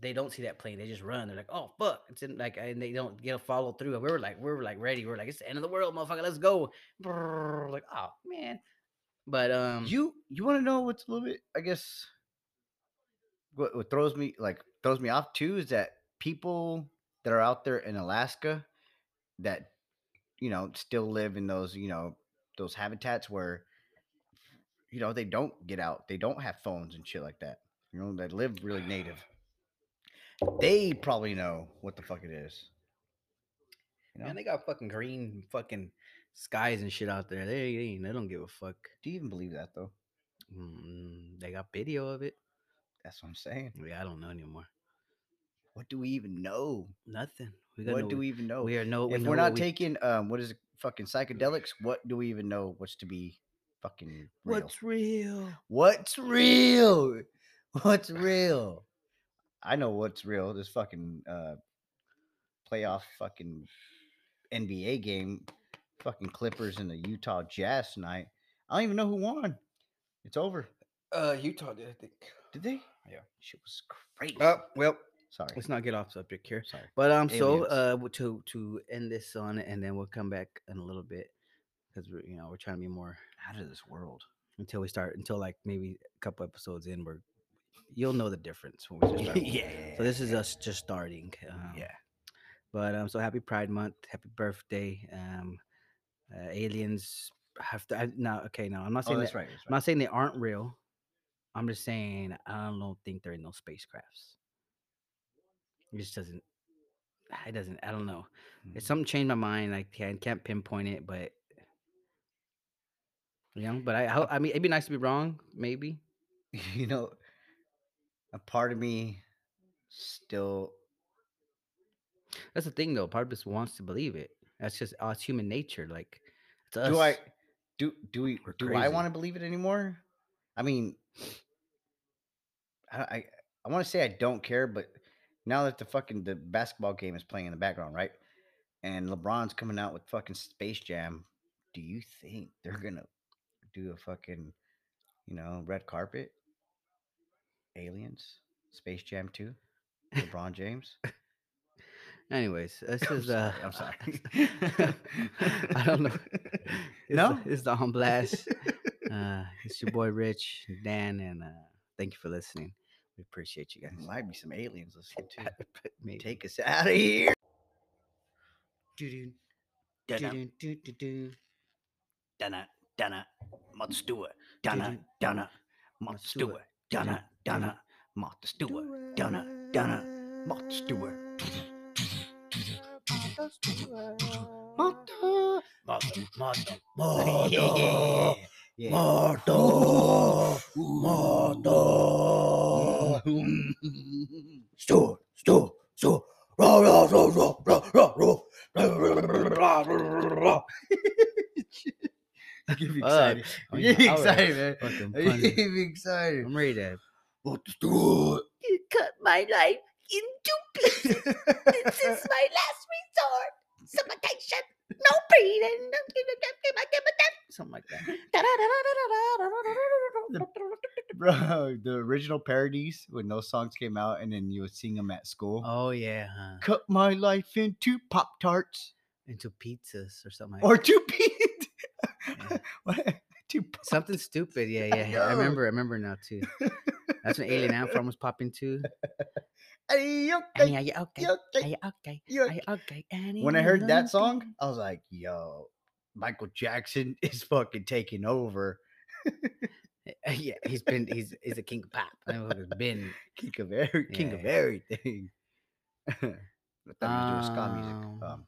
B: they don't see that plane, they just run. They're like, oh fuck, it's in like, and they don't get a follow through. And we were like, we were like ready. We were like, it's the end of the world, motherfucker, let's go. Brrr, like, oh man. But um,
A: You you want to know what's a little bit? I guess what, what throws me like throws me off too is that people that are out there in Alaska that you know still live in those you know those habitats where you know they don't get out, they don't have phones and shit like that. You know they live really native. They probably know what the fuck it is. You know?
B: man, they got fucking green fucking skies and shit out there. They, they ain't- they don't give a fuck.
A: Do you even believe that though?
B: Mm, they got video of it.
A: That's what I'm saying.
B: Yeah, I don't know anymore.
A: What do we even know?
B: Nothing. We got
A: What
B: no,
A: do we even know?
B: We are no. we
A: if
B: know
A: we're
B: what
A: not
B: we-
A: taking um what is it fucking psychedelics what do we even know what's to be fucking real?
B: what's real.
A: what's real what's real i know what's real this fucking uh playoff fucking nba game fucking clippers and the utah jazz tonight i don't even know who won it's over
B: Uh, Utah did I think?
A: did they
B: Yeah.
A: shit was crazy
B: Oh well,
A: sorry
B: let's not get off subject here.
A: sorry
B: But um, so
A: Aliens.
B: uh, w- to to end this on, and then we'll come back in a little bit because we're you know we're trying to be more
A: out of this world
B: until we start until like maybe a couple episodes in, we're you'll know the difference when we just start. So this is us just starting. Um,
A: yeah
B: But um, so happy Pride Month, happy birthday, um, uh, aliens have to. I, no, okay, no, I'm not
A: oh
B: saying
A: that's
B: that,
A: right, that's
B: I'm
A: right.
B: not saying they aren't real. I'm just saying I don't think they're in those spacecrafts. It just doesn't. ah, It doesn't. I don't know.
A: Mm.
B: It's something changed my mind. I can't can't pinpoint it, but you know. But I
A: Uh
B: ho- I mean, it'd be nice to be wrong, maybe.
A: you know, a part of me still
B: That's the thing, though. Part of us wants to believe it. That's just uh, it's human nature. Like, it's us.
A: do I uh, do do we
B: We're
A: do I
B: crazy.
A: want to believe it anymore? I mean, I I, I want to say I don't care, but now that the fucking the basketball game is playing in the background, right? And LeBron's coming out with fucking Space Jam. Do you think they're gonna do a fucking you know red carpet? Aliens, Space Jam Two, LeBron James.
B: Anyways, this
A: I'm
B: is uh,
A: sorry,
B: I don't know. It's
A: no,
B: the, it's the on blast. uh, it's your boy Rich Dan, and uh, thank you for listening. We appreciate you
A: There
B: guys.
A: might be some aliens listening to
B: Maybe.
A: take us out of here.
B: Doo-doo,
A: Dunno,
B: doo-doo, doo-doo,
A: dunno, dunno, Martha Stewart.
B: Mm. Doo-doo,
A: Dunno, dunno, Martha
B: Martha Stewart.
A: Stewart. Dunno, dunno, Martha Stewart.
B: doo-doo.
A: Dunno, dunno, Martha Stewart. Martha,
B: Martha, Martha,
A: Martha, Martha, Martha. Stewart, Stewart, Stewart. Raw, raw, raw, raw, raw, raw, raw. Give me
B: Fuck.
A: excited.
B: I mean,
A: Get me
B: I was
A: excited, man.
B: fucking
A: Are you
B: punny.
A: even excited?
B: I'm ready to.
A: What to do?
C: You cut my life into pieces. this is my last resort. Suffocation. No breathing.
B: something like that.
A: Bro, the original parodies when those songs came out and then you would sing them at school.
B: Oh yeah, huh.
A: Cut my life into Pop Tarts
B: into pizzas or something. Like
A: or
B: that.
A: two peas. what? Two Pop-
B: something stupid. Yeah, yeah. yeah. I
A: know.
B: remember. I remember now too. That's when Alien Ant Farm was popping too.
A: Hey, yo,
B: Annie,
A: hey,
B: are you okay?
A: yo,
B: Are
A: hey,
B: you okay?
A: yo.
B: Are you okay? Annie,
A: When I
B: are
A: heard
B: you
A: that
B: okay?
A: song, I was like, yo, Michael Jackson is fucking taking over.
B: yeah, he's been he's he's a king of pop. I know he's been.
A: King of every, king of
B: Yeah.
A: everything. I thought we were doing ska music.
B: Um,
A: Um,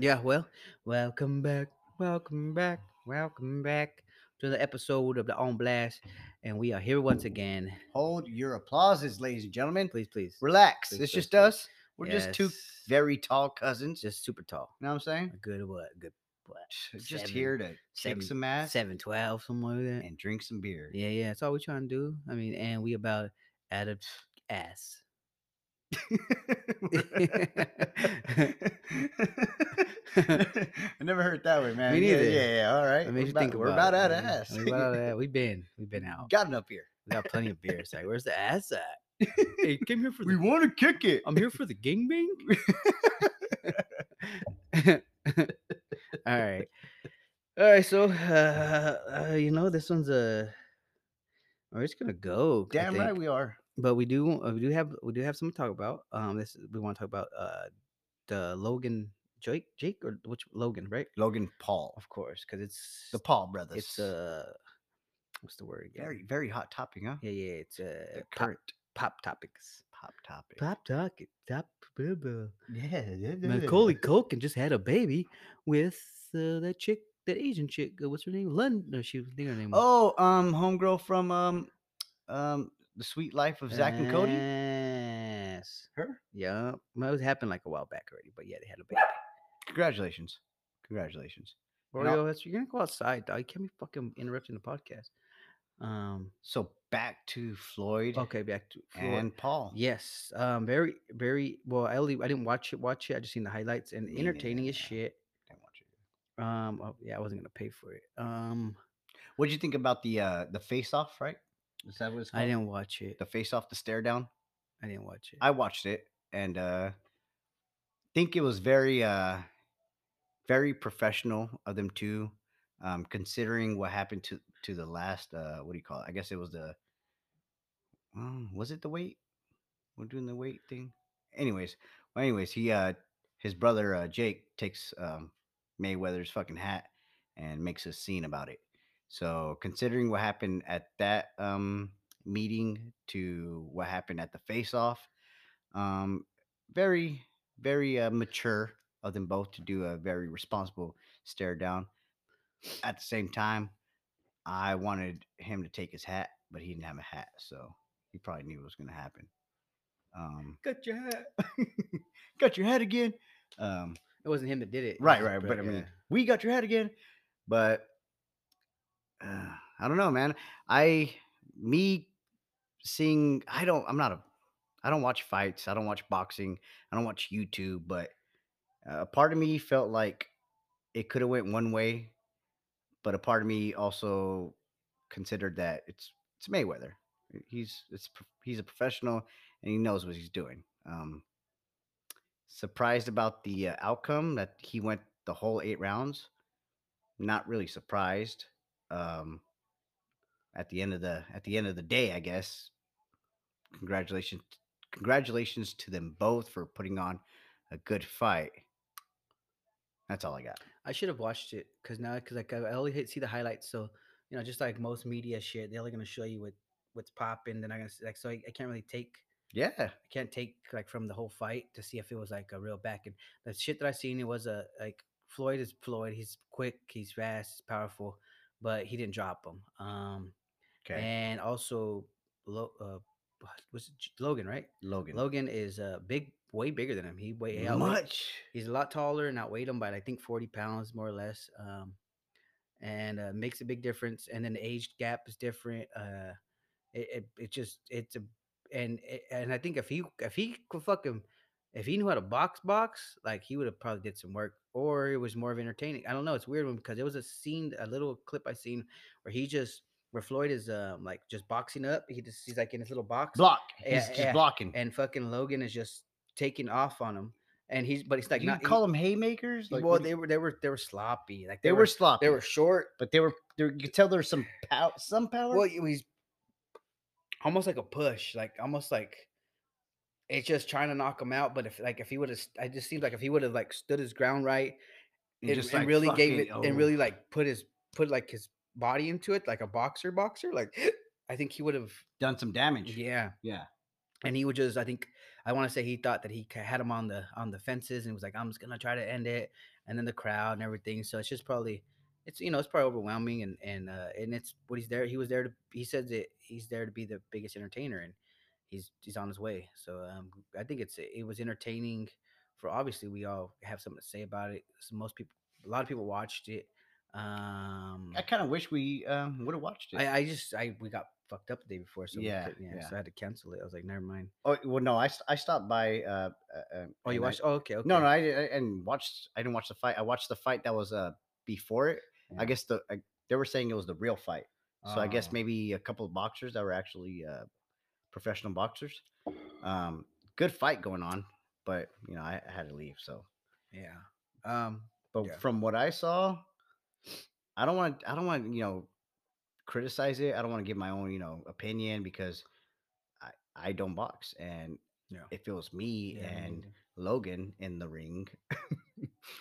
B: Yeah, well, welcome back, welcome back, welcome back to the episode of the On Blast, and we are here once again.
A: hold your applauses, ladies and gentlemen.
B: Please, please,
A: Relax.
B: Please,
A: It's
B: please,
A: just
B: please.
A: us. We're just two
B: Yes,
A: very tall cousins. You
B: just super tall.
A: know what I'm saying?
B: A good what? Good what?
A: Just
B: seven-
A: here to
B: seven-
A: kick some ass
B: Seven twelve somewhere like that.
A: and drink some beer.
B: Yeah, yeah. That's all we're trying to do. I mean, and we about at a ass.
A: I never heard it that way, man. yeah,
B: neither.
A: yeah, yeah. All right. we're
B: That makes you
A: about,
B: think
A: we're
B: about
A: about
B: it,
A: out of
B: yeah.
A: ass.
B: We're about out of ass. We've been, we've been out.
A: Got enough beer.
B: We got plenty of beer. It's like, where's the ass at? hey, came here for
A: We
B: the
A: want to kick it.
B: I'm here for the gangbang. All right. All right. So, uh, uh, you know, this one's a. We're just gonna go. I
A: Damn right
B: think.
A: we are.
B: But we do. Uh, we do have. We do have something to talk about. Um, this we want to talk about. Uh, the Logan Jake Jake or which Logan right?
A: Logan Paul.
B: Of course, because it's
A: The Paul brothers.
B: it's uh, what's the word? again?
A: very, very hot topic, huh?
B: Yeah, yeah. It's uh,
A: The
B: pop,
A: current
B: pop topics.
A: pop topic.
B: Pop topic. Top. Blah, blah.
A: Yeah. yeah, yeah,
B: Macaulay
A: yeah.
B: Culkin just had a baby with uh, that chick, that Asian chick. Uh, what's her name? London. No, she. I think her name. was-
A: Oh, um, homegirl from um, um, the Sweet Life of Zach and Cody.
B: Yes.
A: Her.
B: Yeah. Well, it happened like a while back already, but yeah, they had a baby.
A: Congratulations. Congratulations. And I'll-
B: Mario, that's- you're gonna go outside, dog. You can't be fucking interrupting the podcast. Um.
A: So back to Floyd
B: Okay, back to Floyd.
A: and Paul.
B: Yes. Um. Very, very well. I only I didn't watch it. Watch it. I just seen the highlights and
A: Me
B: entertaining as
A: neither.
B: shit.
A: I want you to-
B: Um. Oh, yeah, I wasn't gonna pay for it. Um.
A: What'd you think about the uh the face off? Right. Is that what it's called?
B: I didn't watch it.
A: The face off, the stare down.
B: I didn't watch it.
A: I watched it and uh think it was very uh very professional of them two um considering what happened to to the last uh what do you call it? I guess it was the um, was it the weight? We're doing the weight thing. Anyways, well, anyways, he uh his brother uh Jake takes um Mayweather's fucking hat and makes a scene about it. So considering what happened at that um meeting to what happened at the face off, um very very uh, mature of them both to do a very responsible stare down. At the same time, I wanted him to take his hat, but he didn't have a hat, so he probably knew what was going to happen. Um,
B: got your hat.
A: got your hat again. Um,
B: It wasn't him that did it. it was
A: Right,
B: his
A: right.
B: bro-
A: But I mean,
B: yeah.
A: we got your head again. But uh, I don't know, man. I me seeing I don't I'm not a I don't watch fights. I don't watch boxing. I don't watch YouTube. But uh, a part of me felt like it could have went one way, but a part of me also considered that it's it's Mayweather. He's it's pro- he's a professional and he knows what he's doing. Um, surprised about the uh, outcome that he went the whole eight rounds. Not really surprised. Um, at the end of the at the end of the day, I guess. Congratulations, congratulations to them both for putting on a good fight. That's all I got.
B: I should have watched it because now, because like I I only hit, see the highlights. So you know, just like most media shit, they're only gonna show you what what's popping. They're not gonna s- like. So I, I can't really take.
A: Yeah,
B: I can't take like from the whole fight to see if it was like a real back and the shit that I seen. It was a like Floyd is Floyd. He's quick. He's fast. He's powerful, but he didn't drop him. Um,
A: okay.
B: and also, Lo- uh, was it J- Logan right?
A: Logan,
B: Logan is uh big, way bigger than him. He way outweigh-
A: much.
B: He's a lot taller and outweighed him by I think 40 pounds more or less. Um, and uh, makes a big difference. And then the age gap is different. Uh, it, it it just it's a and it, and I think if he if he could fucking If he knew how to box, box, like he would have probably did some work, or it was more of entertaining. I don't know. It's weird one because it was a scene, a little clip I seen where he just where Floyd is um like just boxing up. He just he's like in his little box,
A: Block.
B: Yeah,
A: He's just
B: yeah.
A: blocking.
B: and fucking Logan is just taking off on him, and he's but he's
A: Like
B: like
A: you
B: not
A: call them haymakers.
B: he-
A: Like,
B: well,
A: what do
B: they
A: you-
B: were they were they were sloppy. Like
A: they were sloppy.
B: they were short.
A: but they were. They were- you could tell there's some pow- some power.
B: Well, it was almost like a push, like almost like it's just trying to knock him out. But if like if he would have, it just seems like if he would have like stood his ground right and, and really gave it
A: oh,
B: and really like put his put like his body into it, like a boxer, boxer, like I think he would have,
A: done some damage.
B: yeah,
A: Yeah.
B: and he would just i think i want to say he thought that he ca- had him on the on the fences and was like i'm just gonna try to end it and then the crowd and everything so it's just probably it's you know it's probably overwhelming and and uh and it's what he's there he was there to he says that he's there to be the biggest entertainer and he's he's on his way so um i think it's it was entertaining for obviously we all have something to say about it so most people a lot of people watched it um
A: I kind of wish we um, would have watched it.
B: I, I just i we got fucked up the day before so we
A: Yeah,
B: couldn't- yeah
A: yeah.
B: so i had to cancel it i was like never mind
A: oh well, no, I, st- I stopped by. Uh, uh, uh,
B: Oh,
A: and
B: you
A: I-
B: watched? Oh, okay, okay.
A: No, no, I, didn't- I and watched. I didn't watch the fight. I watched the fight that was uh before it.
B: Yeah.
A: I guess the I, they were saying it was the real fight. So I guess
B: Oh.
A: maybe a couple of boxers that were actually uh, professional boxers. Um, good fight going on, but you know I, I had to leave. So,
B: Yeah. Um.
A: but
B: Yeah.
A: from what I saw, I don't want I don't want you know criticize it. I don't want to give my own you know opinion because I I don't box and
B: Yeah.
A: if it was me
B: yeah, me
A: and
B: neither.
A: Logan in the ring,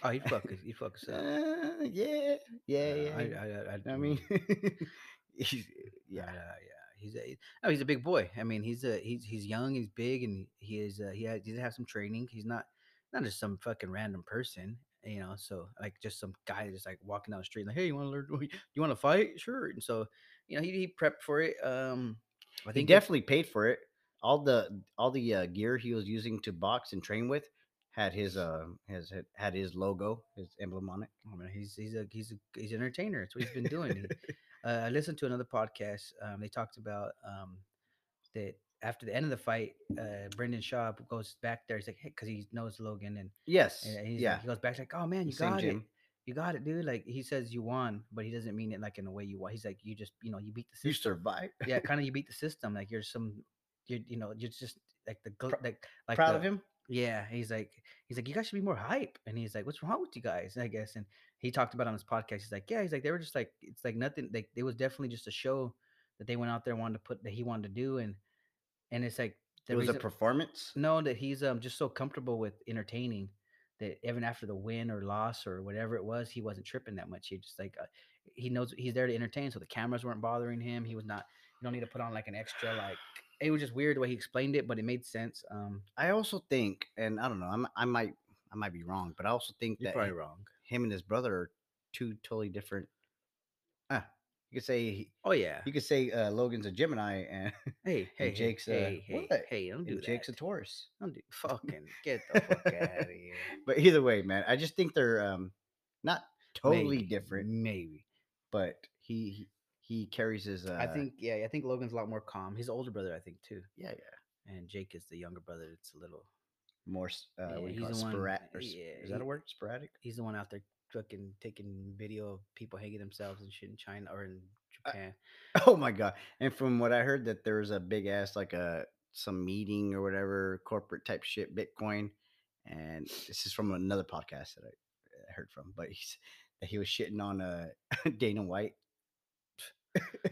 B: oh, you fuck, you fuck us up.
A: Uh, yeah, yeah,
B: Uh,
A: yeah.
B: I,
A: yeah.
B: I, I, I'd
A: I,
B: do
A: mean,
B: it.
A: he's-
B: yeah,
A: yeah,
B: yeah. He's a, oh, he's a big boy. I mean, he's a, he's, he's young, he's big, and he is, uh, he has, he does have some training. He's not, not just some fucking random person, you know. So like, just some guy just like walking down the street, like, hey, you want to learn? You want to fight? Sure. And so, you know, he, he prepped for it. Um, I
A: he
B: think if-
A: definitely paid for it. All the all the uh, gear he was using to box and train with had his uh his had- had his logo, his emblem on it.
B: I mean, Oh, he's he's a he's a he's an entertainer. It's what he's been doing. He- uh, I listened to another podcast. Um, they talked about um, that after the end of the fight, uh, Brendan Shaw p- goes back there. He's like, hey, because he knows Logan, and,
A: Yes,
B: and he's
A: yeah,
B: like, he goes back like, oh man, you
A: same
B: got it,
A: gym.
B: you got it, dude. Like he says you won, but he doesn't mean it like in a way you won. He's like, you just you know you beat the
A: You
B: system.
A: survived.
B: yeah, kind of you beat the system. Like you're some, you you know you're just like the gl-
A: Prou-
B: like like
A: Proud
B: the-
A: of him.
B: yeah, he's like, he's like, you guys should be more hype. And he's like, what's wrong with you guys? I guess. And he talked about it on his podcast. He's like, yeah, he's like, they were just like, it's like nothing. Like it was definitely just a show that they went out there and wanted to put that he wanted to do. And and it's like
A: It was a
B: reason-
A: performance.
B: no, that he's um just so comfortable with entertaining that even after the win or loss or whatever it was, he wasn't tripping that much. He just like uh, he knows he's there to entertain, so the cameras weren't bothering him. He was not. You don't need to put on like an extra like. It was just weird the way he explained it, but it made sense. Um,
A: I also think, and I don't know, I'm, I might I might be wrong, but I also think that he-
B: wrong.
A: him and his brother are two totally different. Ah, you could say he-
B: Oh yeah.
A: you could say uh, Logan's a Gemini and
B: Hey, hey, hey,
A: Jake's a-
B: hey, hey,
A: what?
B: hey, don't do
A: and
B: that.
A: Jake's a Taurus.
B: don't do fucking get the fuck out of here.
A: But either way, man, I just think they're um not totally
B: Maybe,
A: different,
B: Maybe.
A: but he he he carries his. Uh,
B: I think yeah, I think Logan's a lot more calm. He's the older brother, I think too,
A: yeah, yeah,
B: and Jake is the younger brother. It's a little.
A: more. s- Uh,
B: Yeah,
A: what do you
B: he's
A: call it?
B: the one-
A: Sporadic.
B: yeah,
A: is that
B: he-
A: a word? Sporadic.
B: He's the one out there fucking taking video of people hanging themselves and shit in China or in
A: I-
B: Japan.
A: Oh my god! And from what I heard, that there was a big ass like a some meeting or whatever corporate type shit, Bitcoin, and this is from another podcast that I uh, heard from. But he's that he was shitting on uh, Dana White.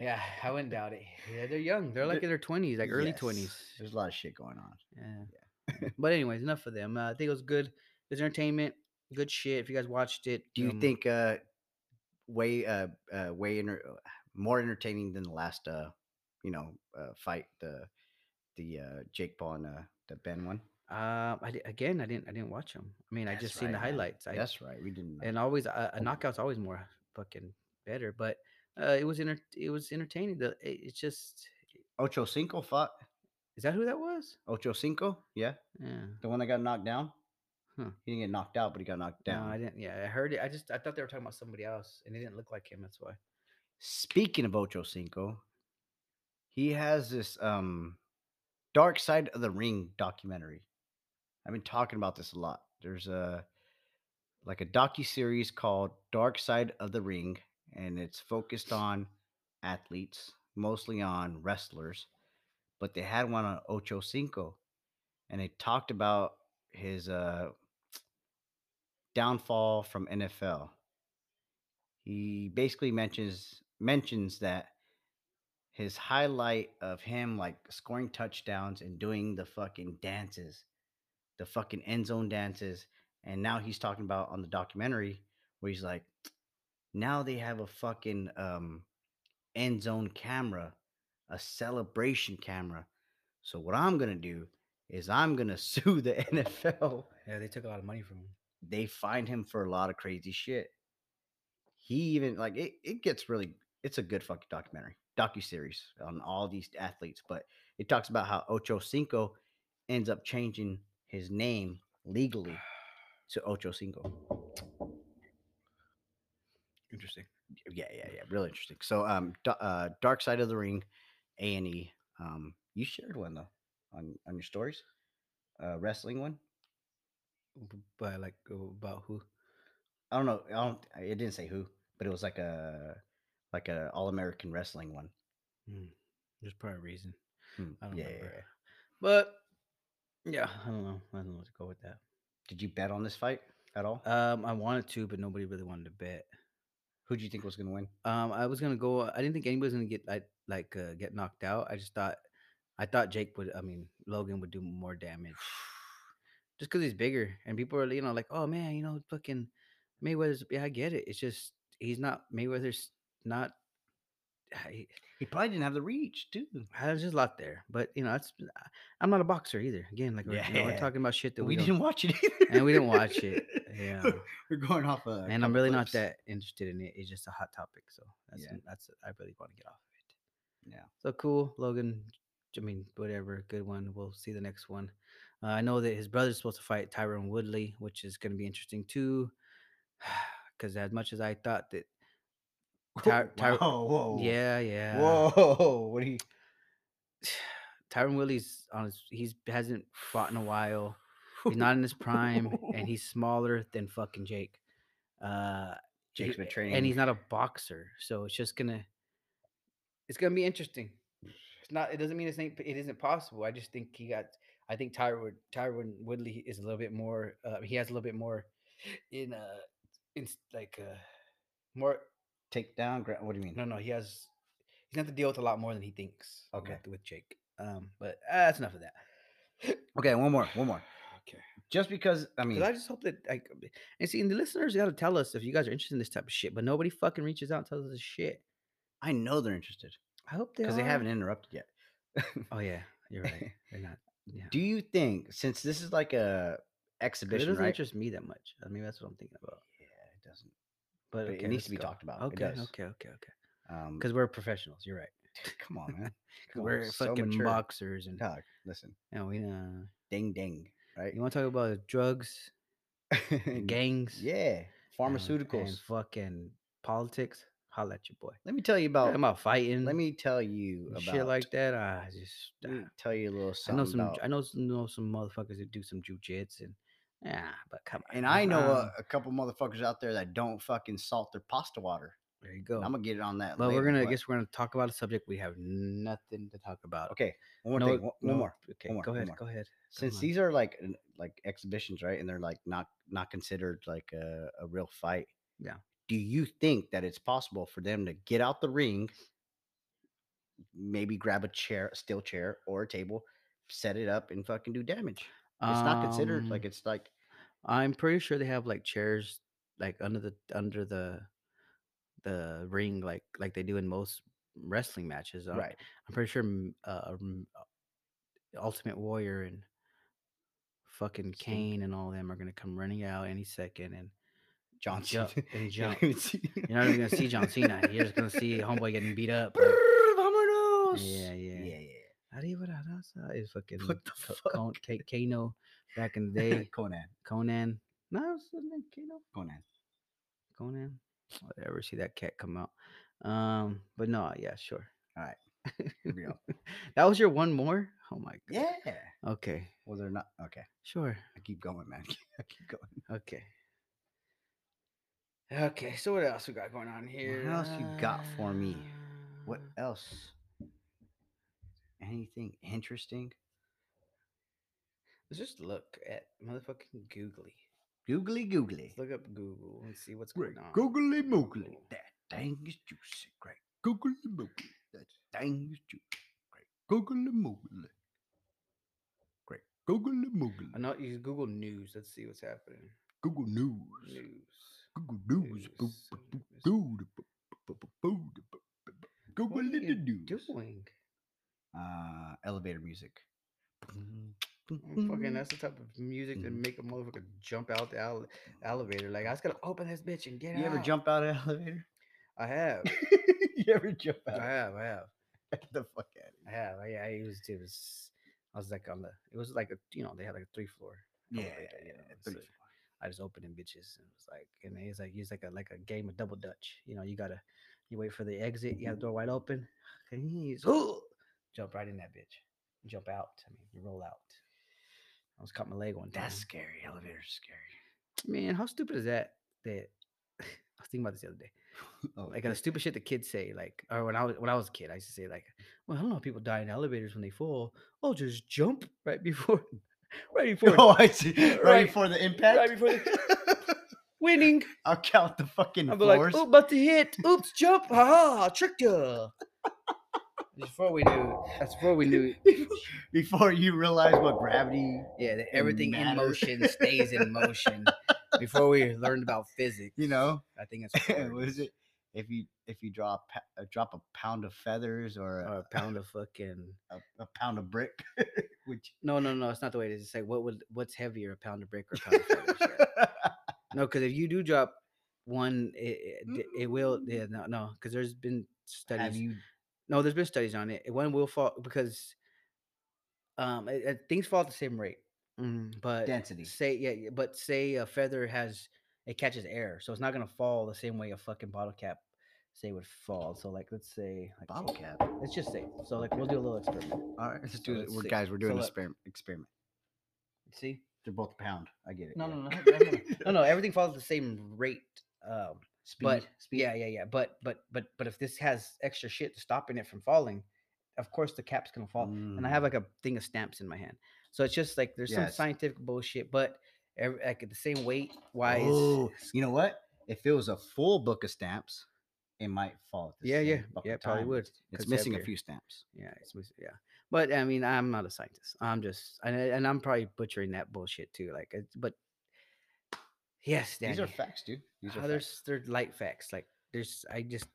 B: yeah, I wouldn't doubt it. Yeah, they're young. They're like
A: The-
B: in their twenties, like early
A: Yes,
B: twenties.
A: There's a lot of shit going on.
B: Yeah. but anyways, enough of them. Uh, I think it was good. It was entertainment. Good shit. If you guys watched it,
A: Do you
B: um,
A: think uh way uh, uh way enter- uh, more entertaining than the last uh you know uh fight the the uh Jake Paul and uh the Ben one?
B: Uh, I di- again, I didn't, I didn't watch them. I mean, I
A: That's
B: just seen the
A: right, man.
B: highlights. I,
A: That's right. We didn't.
B: and always uh, a knockout's always more fucking better. But uh, it was enter, it was entertaining. The it, it's just
A: Ocho Cinco fought
B: is that who that was?
A: Ocho Cinco. Yeah,
B: Yeah.
A: the one that got knocked down.
B: Huh.
A: He didn't get knocked out, but he got knocked down.
B: No, I didn't. Yeah, I heard it. I just I thought they were talking about somebody else, and it didn't look like him. That's why.
A: Speaking of Ocho Cinco, he has this um Dark Side of the Ring documentary. I've been talking about this a lot. There's a like a docu series called Dark Side of the Ring, and it's focused on athletes, mostly on wrestlers. But they had one on Ocho Cinco, and they talked about his uh, downfall from NFL. He basically mentions mentions that his highlight of him like scoring touchdowns and doing the fucking dances, the fucking end zone dances. And now he's talking about on the documentary where he's like, now they have a fucking um, end zone camera, a celebration camera. So what I'm gonna do is I'm gonna sue the NFL.
B: Yeah, they took a lot of money from him.
A: They find him for a lot of crazy shit. He even like it. It gets really. It's a good fucking documentary, docu series on all these athletes. But it talks about how Ocho Cinco ends up changing his name legally to Ocho Cinco.
B: Interesting.
A: yeah, yeah, yeah. Real interesting. So, um, Da- uh, Dark Side of the Ring, A and E. Um, you shared one though on on your stories, uh, wrestling one.
B: B- But like oh, about who?
A: I don't know. I don't. It didn't say who, but it was like a like a All American wrestling one.
B: Hmm. There's probably a reason.
A: Hmm,
B: I don't
A: yeah, yeah,
B: remember.
A: yeah.
B: But yeah, I don't know. I don't know what to go with that.
A: Did you bet on this fight at all?
B: Um, I wanted to, but nobody really wanted to bet.
A: Who do you think was going to win?
B: Um, I was gonna go. I didn't think anybody was gonna get like like uh, get knocked out. I just thought, I thought Jake would. I mean, Logan would do more damage, just because he's bigger. And people are, you know, like, oh man, you know, fucking Mayweather's. Yeah, I get it. It's just he's not Mayweather's not. I,
A: He probably didn't have the reach, too.
B: there's just a lot there, but you know, that's I'm not a boxer either. Again, like we're, you know, we're
A: Yeah.
B: talking about shit that
A: We,
B: we, don't-
A: didn't watch it either.
B: and we didn't watch it. Yeah,
A: We're going off. Uh,
B: and I'm really not that interested in it. It's just a hot topic, so that's
A: Yeah.
B: that's I really want to get off of it.
A: Yeah.
B: So cool, Logan. I mean, whatever, good one. We'll see the next one. Uh, I know that his brother's supposed to fight Tyrone Woodley, which is going to be interesting too. Because as much as I thought that, Ty- Ty-
A: whoa, whoa.
B: yeah, yeah,
A: Whoa. Oh, What do you.
B: Tyron Woodley's on his, he's hasn't fought in a while. He's not in his prime, and he's smaller than fucking Jake. Uh,
A: Jake's
B: he-
A: been training.
B: and he's not a boxer, so it's just gonna it's gonna be interesting. It's not. It doesn't mean it's ain't, it isn't possible. I just think he got. I think Tyron Tyron Woodley is a little bit more. Uh, he has a little bit more in uh in s- like uh more.
A: Take down. Gra- what do you mean?
B: No, no, he has. He's gonna have to deal with a lot more than he thinks.
A: Okay.
B: with, with Jake. Um, but uh, that's enough of that.
A: Okay, one more. One more.
B: Okay.
A: Just because, I mean,
B: Because I just hope that like and see, and the listeners got to tell us if you guys are interested in this type of shit. But nobody fucking reaches out and tells us shit.
A: I know they're interested
B: I hope they
A: because they
B: are.
A: haven't interrupted yet.
B: Oh yeah, you're right. They're not. Yeah.
A: Do you think, since this is like a
B: 'Cause it
A: exhibition,
B: doesn't
A: right?
B: interest me that much. I mean, that's what I'm thinking about.
A: yeah, it doesn't.
B: But,
A: But it
B: okay,
A: needs to be
B: let's go.
A: talked about. It
B: Okay,
A: does.
B: okay, okay, okay.
A: Um,
B: Because we're professionals. You're right.
A: come on, man.
B: 'Cause
A: Come on,
B: we're
A: so
B: fucking
A: mature.
B: boxers, and
A: Dog, listen,
B: and we. Uh,
A: ding, ding, right?
B: you want to talk about drugs, gangs, Oh, and-
A: yeah, pharmaceuticals.
B: and fucking politics? Holla at your boy.
A: let me tell you about.
B: Talking about fighting.
A: let me tell you
B: and
A: about
B: shit like that. I just.
A: Let me
B: ah.
A: tell you a little
B: I
A: something.
B: know some.
A: about-
B: I know some, know some motherfuckers that do some jujits and yeah, but come on.
A: and I know uh,
B: um,
A: a, a couple motherfuckers out there that don't fucking salt their pasta water.
B: there you go.
A: I'm gonna get it on that.
B: but Oh. we're
A: later,
B: gonna. I guess we're gonna talk about a subject we have nothing to talk about.
A: Okay, one more
B: No-
A: thing. One, one
B: no-
A: more.
B: Okay,
A: more,
B: go
A: one
B: ahead.
A: more.
B: Go ahead.
A: Since
B: on.
A: these are like n- like exhibitions, right? And they're like not not considered like a, a real fight.
B: Yeah.
A: Do you think that it's possible for them to get out the ring, maybe grab a chair, a steel chair or a table, set it up and fucking do damage? It's not considered like
B: Um,
A: it's like
B: I'm pretty sure they have like chairs like under the under the the ring like like they do in most wrestling matches. I'm-
A: right.
B: I'm pretty sure m- uh, um, uh, Ultimate Warrior and fucking Kane and all them are gonna come running out any second and
A: John Cena.
B: jump and
A: You're not
B: jump.
A: even see-
B: You're not even gonna see John Cena. You're just gonna see homeboy getting beat up. or-
A: Brrr, vámonos!
B: yeah,
A: Yeah,
B: yeah.
A: yeah.
B: Arriba la raza is fucking
A: What the
B: Co-
A: fuck?
B: Con- K- Kano back in the
A: yeah.
B: day.
A: Conan.
B: Conan. No, what's his name? Kano.
A: Conan.
B: Conan. Whatever. See that cat come out. Um, but no, yeah, sure.
A: Alright. Real.
D: That was your one more? Oh my god.
A: yeah.
D: Okay.
A: Well, they're not. Okay.
D: Sure.
A: I keep going, man. I keep going.
D: Okay.
B: Okay, so what else we got going on here?
A: else you got for me? What
B: Uh,
A: else? Anything interesting?
B: Let's just look at motherfucking Googly.
A: Googly googly.
B: Let's look up Google and see what's
A: Great
B: going on.
A: googly moogly.
B: Google.
A: That thing is juicy. Great googly moogly. That thing is juicy. Great googly moogly. Great googly
B: I
A: moogly.
B: know you Google News. Let's see what's happening.
A: Google news.
B: News.
A: Google news. Boo-
B: News.
A: boo- boo- doo- da- bu- bu- bu- bu- boo- da- bu- bu- bu-
B: What are
A: Google the
B: you
A: news.
B: doing?
A: Uh, elevator music. Boom, boom,
B: Oh, Fucking,
A: boom.
B: that's the type of music that
A: Mm.
B: make a motherfucker jump out the ele- elevator. Like I just gotta open this bitch and get out.
A: You ever jump out of an elevator?
B: I have.
A: you ever jump
B: I
A: out?
B: have. I have.
A: Get the fuck out of
B: I have. I, I used to. It was, I was like on the. It was like a. You know, they had like a three floor.
A: here. Oh
B: elevator, you know,
A: three,
B: so-
A: four.
B: I just opened them bitches and it was like, and it's like it's like a like a game of double dutch. You know, you gotta you wait for the exit, you have
A: Mm-hmm.
B: the door wide open, and you just, "Ooh," jump right in that bitch, jump out. I mean, you roll out. I was caught my leg one time.
A: That's scary. Elevator's scary.
B: man, how stupid is that? That I was thinking about this the other day.
A: Oh,
B: Like the stupid shit the kids say, like, or when I was when I was a kid, I used to say like, well, I don't know, how people die in elevators when they fall. Oh, just jump right before, right before
A: Oh, I see. Right,
B: Right-
A: before the impact.
B: before
A: the...
B: winning.
A: I'll count the fucking
B: I'll be
A: floors.
B: like, oh, about to hit. Oops, jump. Ha ha, I tricked you. Before we knew, that's before we knew.
A: before, before you realize what gravity.
B: Yeah, that everything in
A: matter.
B: motion stays in motion. Before we learned about physics,
A: You know,
B: I think it's
A: what is it? If you if you draw a, pa- uh, drop a pound of feathers or a,
B: Or a pound of fucking.
A: a, a pound of brick, which
B: No, no, no. It's not the way it is. It's like what would what's heavier, a pound of brick or a pound of feathers? Yeah. No, because if you do drop one, it it, it will. Yeah, no, no. Because there's been studies.
A: have you?
B: No, there's been studies on it. One will fall because um it, it- things fall at the same rate. Mm, But
A: Density.
B: say yeah, yeah, but say a feather has it catches air, so it's not gonna fall the same way a fucking bottle cap say would fall. So like let's say like,
A: Oh. Bottle cap.
B: let's just say so like we'll do a little experiment.
A: All right, let's
B: So
A: do it.
B: let's
A: We're,
B: see.
A: guys, we're
B: So
A: doing an
B: look.
A: experiment. Experiment.
B: See?
A: They're both a pound. I get it.
B: No,
A: yeah.
B: no, no, no, no, no. No, no, everything falls at the same rate. Um
A: Speed.
B: but yeah, yeah, yeah. But but but but if this has extra shit stopping it from falling, of course the cap's gonna fall. and I have
A: Mm.
B: like a thing of stamps in my hand. So it's just like there's some
A: Yes.
B: scientific bullshit, but every, like the same weight wise.
A: Oh, you know what? If it was a full book of stamps, it might fall. At the
B: yeah,
A: same
B: yeah,
A: fucking
B: yeah, it probably
A: time.
B: would.
A: It's
B: 'cause
A: missing a
B: heavier.
A: few stamps.
B: Yeah, it's miss- yeah. But I mean, I'm not a scientist. I'm just, and, I- and I'm probably butchering that bullshit too. Like, it's- but yes, Danny,
A: These are facts, dude. These are facts.
B: uh, there's there's light facts. Like, there's I just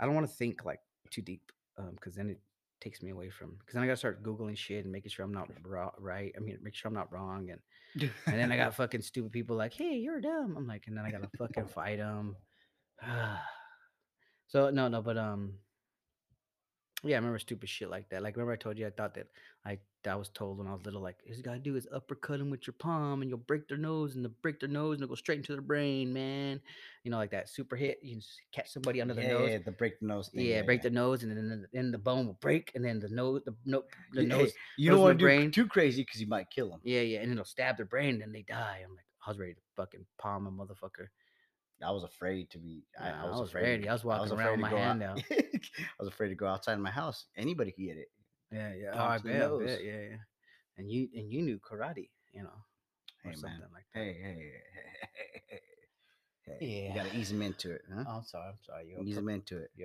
B: I don't want to think like too deep, um, because then it takes me away from. Because then I gotta start googling shit and making sure I'm not ra- right. I mean, make sure I'm not wrong and. And then I got fucking stupid people like, "Hey, you're dumb." I'm like, and then I gotta fucking fight them. so no, no, but um, yeah, I remember stupid shit like that. Like, remember I told you I thought that I I was told when I was little, like, "All you gotta do is uppercut them with your palm, and you'll break their nose, and they'll break their nose, and it'll go straight into their brain, man." You know, like that super hit, you just catch somebody under their
A: yeah,
B: nose.
A: yeah, the break the nose thing.
B: Yeah, break the nose, and then the, then the bone will break, and then the nose, the, no, the
A: Hey,
B: nose
A: you
B: nose
A: don't
B: in
A: want to
B: the
A: do
B: brain.
A: too crazy because you might kill them.
B: yeah, yeah, and it'll stab their brain, and then they die. I'm like, I was ready to fucking palm a motherfucker.
A: I was afraid to be. I,
B: Nah,
A: I was afraid.
B: ready. I was walking
A: afraid
B: around with
A: to
B: my
A: go out-
B: hand out.
A: I was afraid to go outside my house. Anybody could get it.
B: Yeah, yeah.
A: palm
B: Oh, I
A: to the
B: bet, I
A: nose.
B: bet, yeah, yeah. And you and you knew karate, you know, or
A: Hey,
B: something
A: man.
B: like that.
A: Hey, hey, hey, hey, hey, hey, hey. You
B: Yeah.
A: gotta ease them into it, huh?
B: Oh, I'm sorry, I'm sorry. You
A: ease
B: okay?
A: them into it. We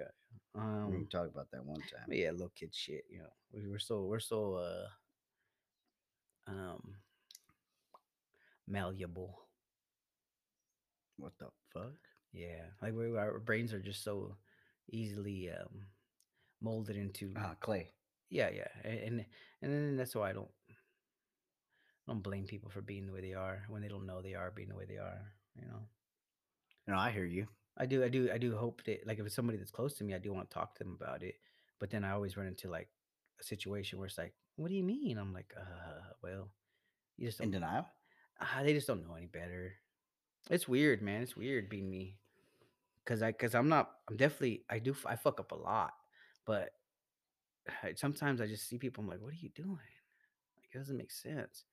B: um,
A: can talk about that one
B: I
A: time.
B: mean, yeah, little kid shit. You know, we were so we're so uh, um, malleable.
A: What the fuck?
B: Yeah, like we, our brains are just so easily um molded into
A: Ah, Clay.
B: yeah yeah a- and and then that's why i don't I don't blame people for being the way they are when they don't know they are being the way they are you know
A: No, I hear you.
B: i do i do i do hope that like if it's somebody that's close to me i do want to talk to them about it but then i always run into like a situation where it's like what do you mean i'm like uh well you just
A: In
B: don't,
A: denial?
B: ah, they just don't know any better it's weird man it's weird being me because i because i'm not i'm definitely i do f- i fuck up a lot but I, sometimes I just see people. I'm like, what are you doing? Like, it doesn't make sense.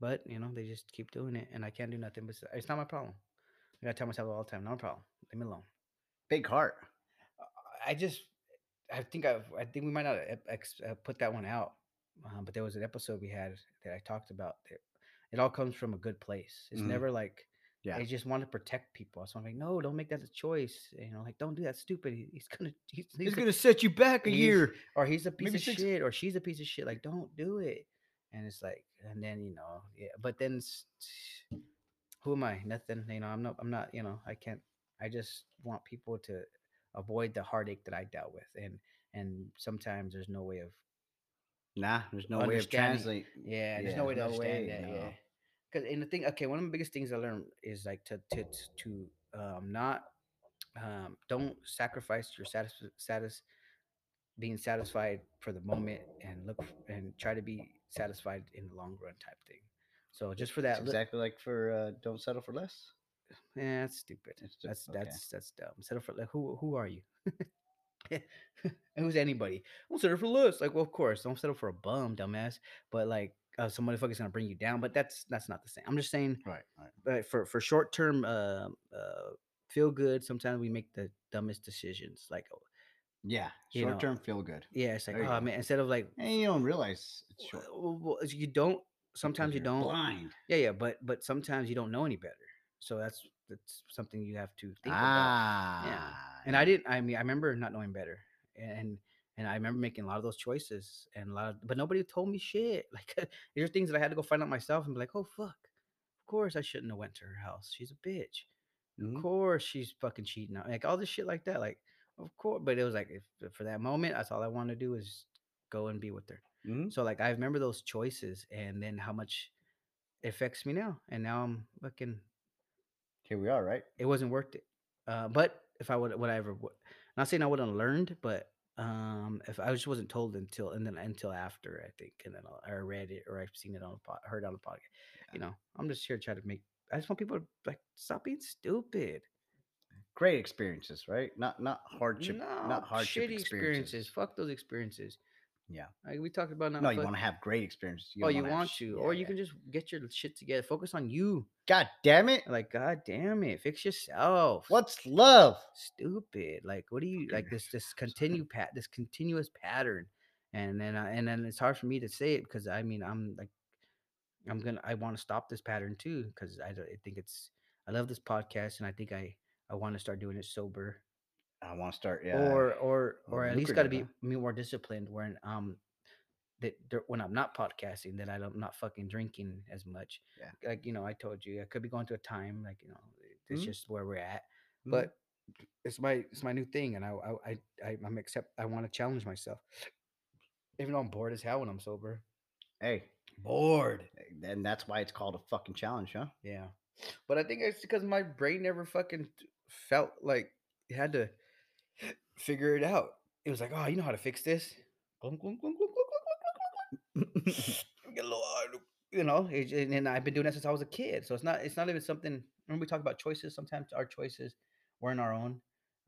B: But you know, they just keep doing it, and I can't do nothing. But it's not my problem. Like, I tell myself all the time, not my problem. Leave me alone.
A: Big heart.
B: I just, I think I've, I think we might not have ex- uh, put that one out, um, but there was an episode we had that I talked about. That it all comes from a good place. It's
A: Mhm.
B: never like,
A: Yeah.
B: I just want to protect people. So I'm like, no, don't make that a choice. You know, like, don't do that. Stupid. He- He's gonna, he's,
A: He's
B: he's
A: gonna set you back a
B: he's-
A: year.
B: or he's a piece
A: Maybe
B: of
A: six-
B: shit, or she's a piece of shit. Like, don't do it. And it's like, and then you know, yeah. But then, s- who am I? Nothing. You know, I'm not. I'm not. You know, I can't. I just want people to avoid the heartache that I dealt with, and and sometimes there's no way of
A: Nah, there's no way of
B: Understanding.
A: translating.
B: yeah, there's no
A: Yeah,
B: way to
A: no
B: understand
A: way,
B: that.
A: no.
B: Yeah. Because and the thing, okay, one of the biggest things I learned is like to to to um, not um, don't sacrifice your status status being satisfied for the moment and look f- and try to be satisfied in the long run type thing. So just for
A: It's
B: that, li-
A: exactly like for uh, don't settle for less.
B: eh, that's stupid.
A: It's just-
B: That's
A: okay.
B: that's that's dumb. Settle for like who who are you? Who's anybody? Don't settle for less. Like, well, of course, don't settle for a bum, dumbass. But like, uh, some motherfucker's gonna bring you down. But that's that's not the same. I'm just saying,
A: right, right.
B: uh, for for short term, uh, uh, feel good. Sometimes we make the dumbest decisions. Like, oh,
A: Yeah,
B: You know,
A: short term feel good.
B: yeah, it's like,
A: There you
B: oh
A: go.
B: man, instead of like,
A: And you don't realize it's short.
B: w- w- w- you don't. Sometimes you
A: you're
B: don't.
A: blind.
B: Yeah, yeah, but but sometimes you don't know any better. So that's that's something you have to think about.
A: ah,
B: and I didn't. I mean, I remember not knowing better, and and I remember making a lot of those choices, and a lot of, but nobody told me shit. Like these are things that I had to go find out myself, and be like, oh fuck, of course I shouldn't have went to her house. She's a bitch.
A: Mhm.
B: Of course she's fucking cheating. on Like all this shit like that. Like of course, but it was like if, for that moment, that's all I wanted to do is go and be with her.
A: Mhm.
B: So like I remember those choices, and then how much it affects me now, and now I'm fucking
A: Here we are, right?
B: it wasn't worth it. Uh, but if I would, would I ever would, not saying I would have learned, but um, if I just wasn't told until and then until after I think, and then uh, I read it or I've seen it on a pod, heard on a podcast. You know, I'm just here trying to make. I just want people to like stop being stupid.
A: Great experiences, right? Not not hardship,
B: no,
A: not hardship
B: shitty experiences. Fuck those experiences.
A: Yeah.
B: like we talked about. Not
A: No, you
B: fuck-
A: want to have great experiences.
B: oh,
A: don't
B: you
A: wanna have
B: want
A: sh-
B: to,
A: yeah,
B: or you
A: yeah.
B: can just get your shit together. Focus on you.
A: God damn it!
B: Like, god damn it, fix yourself.
A: What's love?
B: stupid. Like, what do you like this this continue pat this continuous pattern? And then I, and then it's hard for me to say it because I mean I'm like I'm gonna I want to stop this pattern too because I, don't- I think it's I love this podcast and I think I I want to start doing it sober
A: I want to start. Yeah,
B: or or
A: Well,
B: or at least got to be
A: lucrative,
B: me more disciplined when um that there- when I'm not podcasting that I don't, am not fucking drinking as much.
A: Yeah.
B: Like you know, I told you I could be going through a time like you know it's
A: Mhm.
B: just where we're at,
A: Mhm.
B: but it's my it's my new thing, and I I I, I I'm accept I want to challenge myself, even though I'm bored as hell when I'm sober.
A: hey, eh,
B: Bored.
A: then that's why it's called a fucking challenge, huh?
B: Yeah. But I think it's because my brain never fucking t- felt like it had to figure it out. It was like, oh, you know how to fix this. Glunk, glunk, glunk, glunk, glunk, glunk, glunk, glunk, glunk. Get a little hard, You know, it, j- and, and I've been doing that since I was a kid. So it's not it's not even something when we talk about choices, sometimes our choices weren't our own.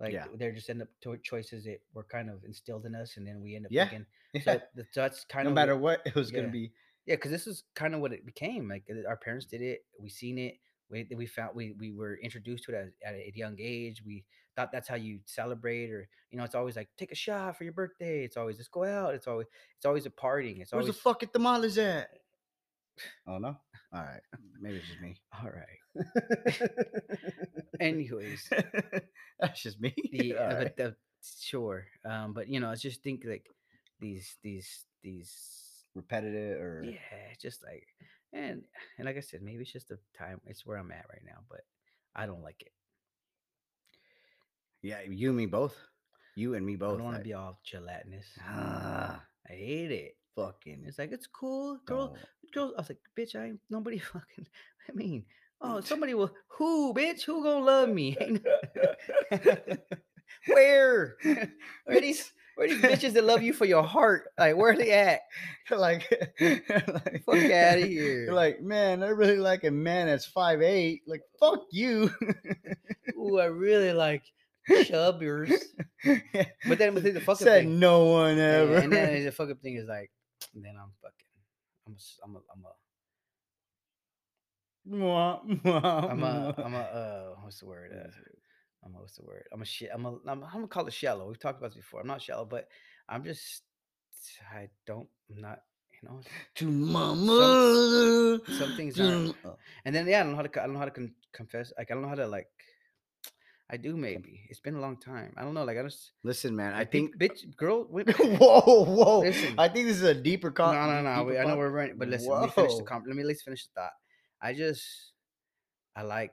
B: Like
A: Yeah.
B: they're just end up to choices that were kind of instilled in us and then we end up
A: Yeah.
B: thinking so th- that's kind
A: no
B: of
A: matter
B: what,
A: what, it was
B: yeah.
A: gonna be.
B: yeah, because this is kind of what it became. Like uh, our parents did it. We seen it. We we found we we were introduced to it at, at a young age. We thought that's how you celebrate, or you know, it's always like take a shot for your birthday. It's always just go out. It's always it's always a partying. It's
A: Where's
B: always
A: the fucking tamales at? Oh no! All right, maybe it's just me.
B: all right. Anyways,
A: That's just me.
B: the,
A: All
B: uh,
A: right.
B: but the sure, um, but you know, I just think like these these these
A: Repetitive or
B: yeah it's just like and and like i said maybe it's just the time it's where i'm at right now but i don't like it
A: yeah, you and me both. You and me
B: i
A: both.
B: don't want
A: I-
B: to be all gelatinous
A: Ah,
B: i hate it
A: fucking
B: it's like it's cool girl
A: don't.
B: girl i was like bitch i ain't nobody fucking i mean oh somebody will who bitch who gonna love me Ain't no- where where these where these bitches that love you for your heart like where they at
A: like, like
B: fuck out of here
A: Like, man, I really like a man that's five eight. Like, fuck you.
B: Ooh, I really like chubbers. But then with the fuck up
A: Said
B: thing.
A: no one
B: Yeah,
A: ever.
B: And then the fuck up thing is like, then I'm fucking, I'm a, s- I'm a, I'm a,
A: Mwah, mwah,
B: I'm a,
A: mwah.
B: I'm a, uh, what's the word? Uh, I'm a, what's the word? I'm a shit. I'm a, I'm, I'm gonna call it shallow. We've talked about this before. I'm not shallow, but I'm just, I don't, I'm not, you know.
A: to my mother.
B: some things
A: to
B: aren't-
A: m-
B: And then yeah, I don't know how to, co- I don't know how to con- confess. Like I don't know how to like. I do maybe. It's been a long time. I don't know. Like I just.
A: Listen, man, I
B: like, peop-
A: think.
B: bitch, girl, wait.
A: whoa, whoa!
B: Listen.
A: I think this is a deeper.
B: No,
A: Con-
B: no, no.
A: deeper
B: we- I know
A: pod-
B: we're running, but listen, let me finish the
A: Whoa.
B: comp. Let me at least finish the thought. I just, I like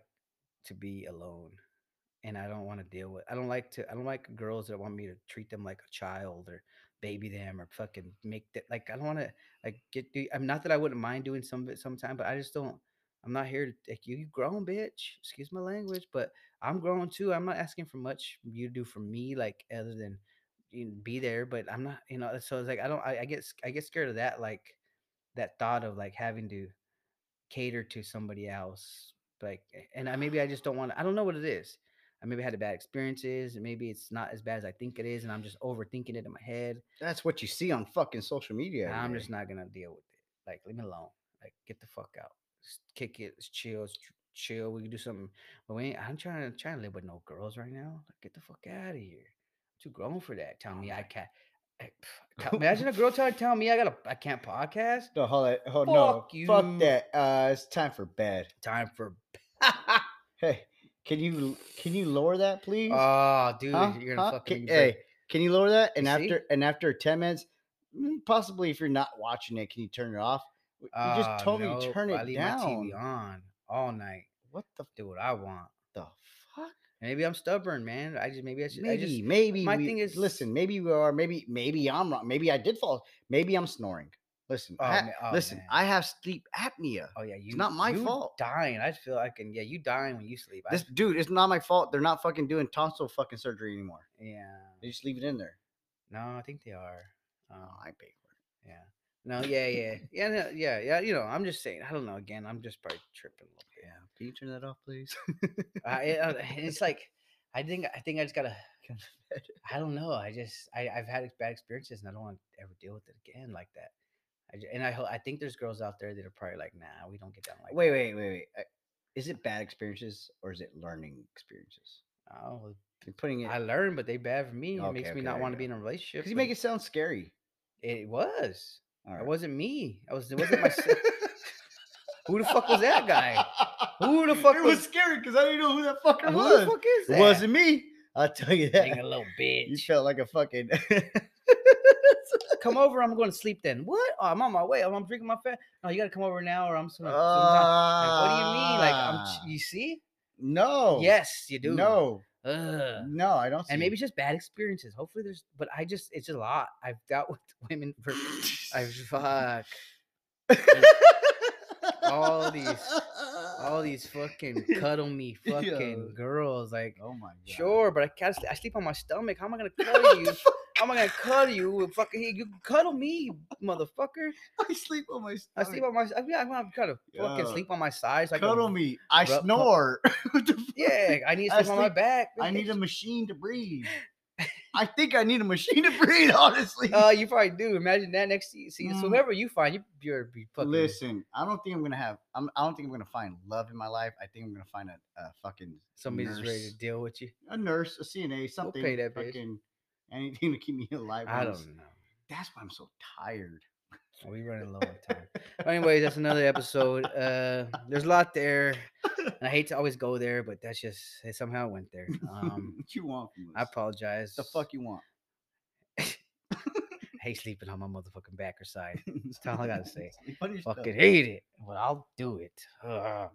B: to be alone, and I don't want to deal with. I don't like to. I don't like girls that want me to treat them like a child or baby them or fucking make that. Like I don't want to like get. do- I'm not that I wouldn't mind doing some of it sometime, but I just don't. I'm not here to like you, you grown bitch. Excuse my language, but I'm grown too. I'm not asking for much you to do for me, like other than you know, be there. But I'm not, you know. So it's like I don't. I, I get sc- I get scared of that, like that thought of like having to cater to somebody else. Like, and I maybe I just don't want. to I don't know what it is. I maybe had a bad experiences, and maybe it's not as bad as I think it is, and I'm just overthinking it in my head.
A: That's what you see on fucking social media.
B: Nah,
A: every
B: I'm
A: day.
B: just not gonna deal with it. Like, leave me alone. Like, get the fuck out. Just kick it. Let's chill. let's ch- chill. We can do something. But we ain't, I'm trying to trying to live with no girls right now. Like, get the fuck out of here. too grown for that. Tell me I can't. I- pff, tell- Imagine a girl trying to tell me I gotta I can't podcast.
A: No, hold it. Hold oh, no.
B: Fuck you.
A: Fuck that. Uh, it's time for bed.
B: Time for
A: Hey, can you can you lower that, please?
B: oh dude,
A: Huh?
B: you're gonna
A: Huh? Can-
B: fucking make me break-
A: hey, can you lower that? And
B: You see?
A: after and after ten minutes, mm, possibly if you're not watching it, can you turn it off? W- You
B: Ah,
A: just told me to
B: nope,
A: turn
B: I
A: it
B: leave
A: down.
B: My TV on all night.
A: What the
B: Do what I want.
A: the fuck?
B: Maybe I'm stubborn, man. I just maybe I should.
A: Maybe
B: I just,
A: maybe
B: my
A: we-
B: thing is-
A: listen. Maybe we are. Maybe maybe I'm wrong. Maybe I did fall. Maybe I'm snoring. Listen, I
B: Oh,
A: ha-
B: ma- oh,
A: listen.
B: man.
A: I have sleep apnea.
B: Oh yeah, you,
A: not my
B: you
A: fault.
B: Dying, I feel I can. Yeah, you dying when you sleep.
A: This dude, it's not my fault. They're not fucking doing tonsil fucking surgery anymore.
B: I, yeah.
A: They just leave it in there.
B: No, I think they are. Um,
A: Oh, I pay for it.
B: yeah. No, yeah, yeah, yeah, no, yeah, yeah. You know, I'm just saying. I don't know. Again, I'm just probably tripping a little
A: Yeah. Can you turn that off, please?
B: bit. I, I, don't- it's like, I think, I think I just gotta.
A: Go to bed.
B: I don't know. I just, I, I've had ex- bad experiences, and I don't want to ever deal with it again like that. I, ju- and I, ho- I think there's girls out there that are probably like, nah, we don't get down like.
A: wait,
B: that."
A: wait, wait, wait. Uh, Is it bad experiences or is it learning experiences?
B: Oh,
A: You're putting it
B: I learned, but they bad for me. it
A: Okay,
B: makes me
A: okay,
B: not
A: there
B: want to
A: you
B: be in
A: go.
B: a relationship.
A: because you
B: but
A: make it sound scary.
B: It was.
A: All
B: It
A: right.
B: wasn't me. I was. It wasn't myself. Who the fuck was that guy? Who the fuck
A: It
B: was-
A: was scary because I didn't know who that fucker
B: Who
A: was.
B: the fuck is
A: it
B: that?
A: wasn't me. I'll tell you
B: Being a
A: that.
B: little
A: You
B: bitch.
A: felt like a fucking.
B: come over. I'm going to sleep then. What? Oh, I'm on my way. Oh, I'm drinking my fat. No, you got to come over now, or I'm. Some,
A: Uh,
B: some time. Like, what do you mean? Like I'm.
A: Ah.
B: ch- You see?
A: no.
B: Yes, you do.
A: No.
B: Ugh.
A: No, I don't. see
B: Uh, And
A: it.
B: maybe it's just bad experiences. Hopefully there's. But I just. It's a lot. I've dealt with women for. I fuck uh, all these- all these fucking cuddle me fucking
A: Yo.
B: girls like.
A: Oh my god.
B: Sure, but I can't. sl- I sleep on my stomach. How am I gonna cuddle you? How am I gonna cuddle you? with Fucking, you can cuddle me, motherfucker.
A: I sleep on my.
B: I sleep on my. I mean, I'm gonna try to fucking
A: Yo,
B: sleep on my side. So I can-
A: Cuddle me. I
B: rub- cu-
A: snore. What the fuck?
B: Yeah, I need to
A: I
B: sleep, on my
A: sleep-
B: back.
A: I need a machine to breathe. I think I need a machine to breathe. Honestly.
B: Oh, you probably do. Imagine that next se- season. So
A: Mm.
B: whoever you find, you you're be fucking.
A: Listen, I don't think I'm gonna have. I'm, I don't think I'm gonna find love in my life. I think I'm gonna find a, a fucking
B: Somebody's just ready
A: nurse.
B: to deal with you.
A: a nurse, a CNA, something.
B: pay that bitch.
A: fucking anything to keep me alive.
B: I
A: when I'm s-
B: don't know.
A: That's why I'm so tired.
B: We running low on time. Anyways, that's another episode. Uh, there's a lot there, and I hate to always go there, but that's just it somehow went there. Um,
A: what you want from
B: I
A: us?
B: apologize.
A: the fuck you want?
B: hate sleeping on my motherfucking back or side. That's all I gotta say.
A: What is the-
B: Fucking hate it, but I'll do it. Ugh.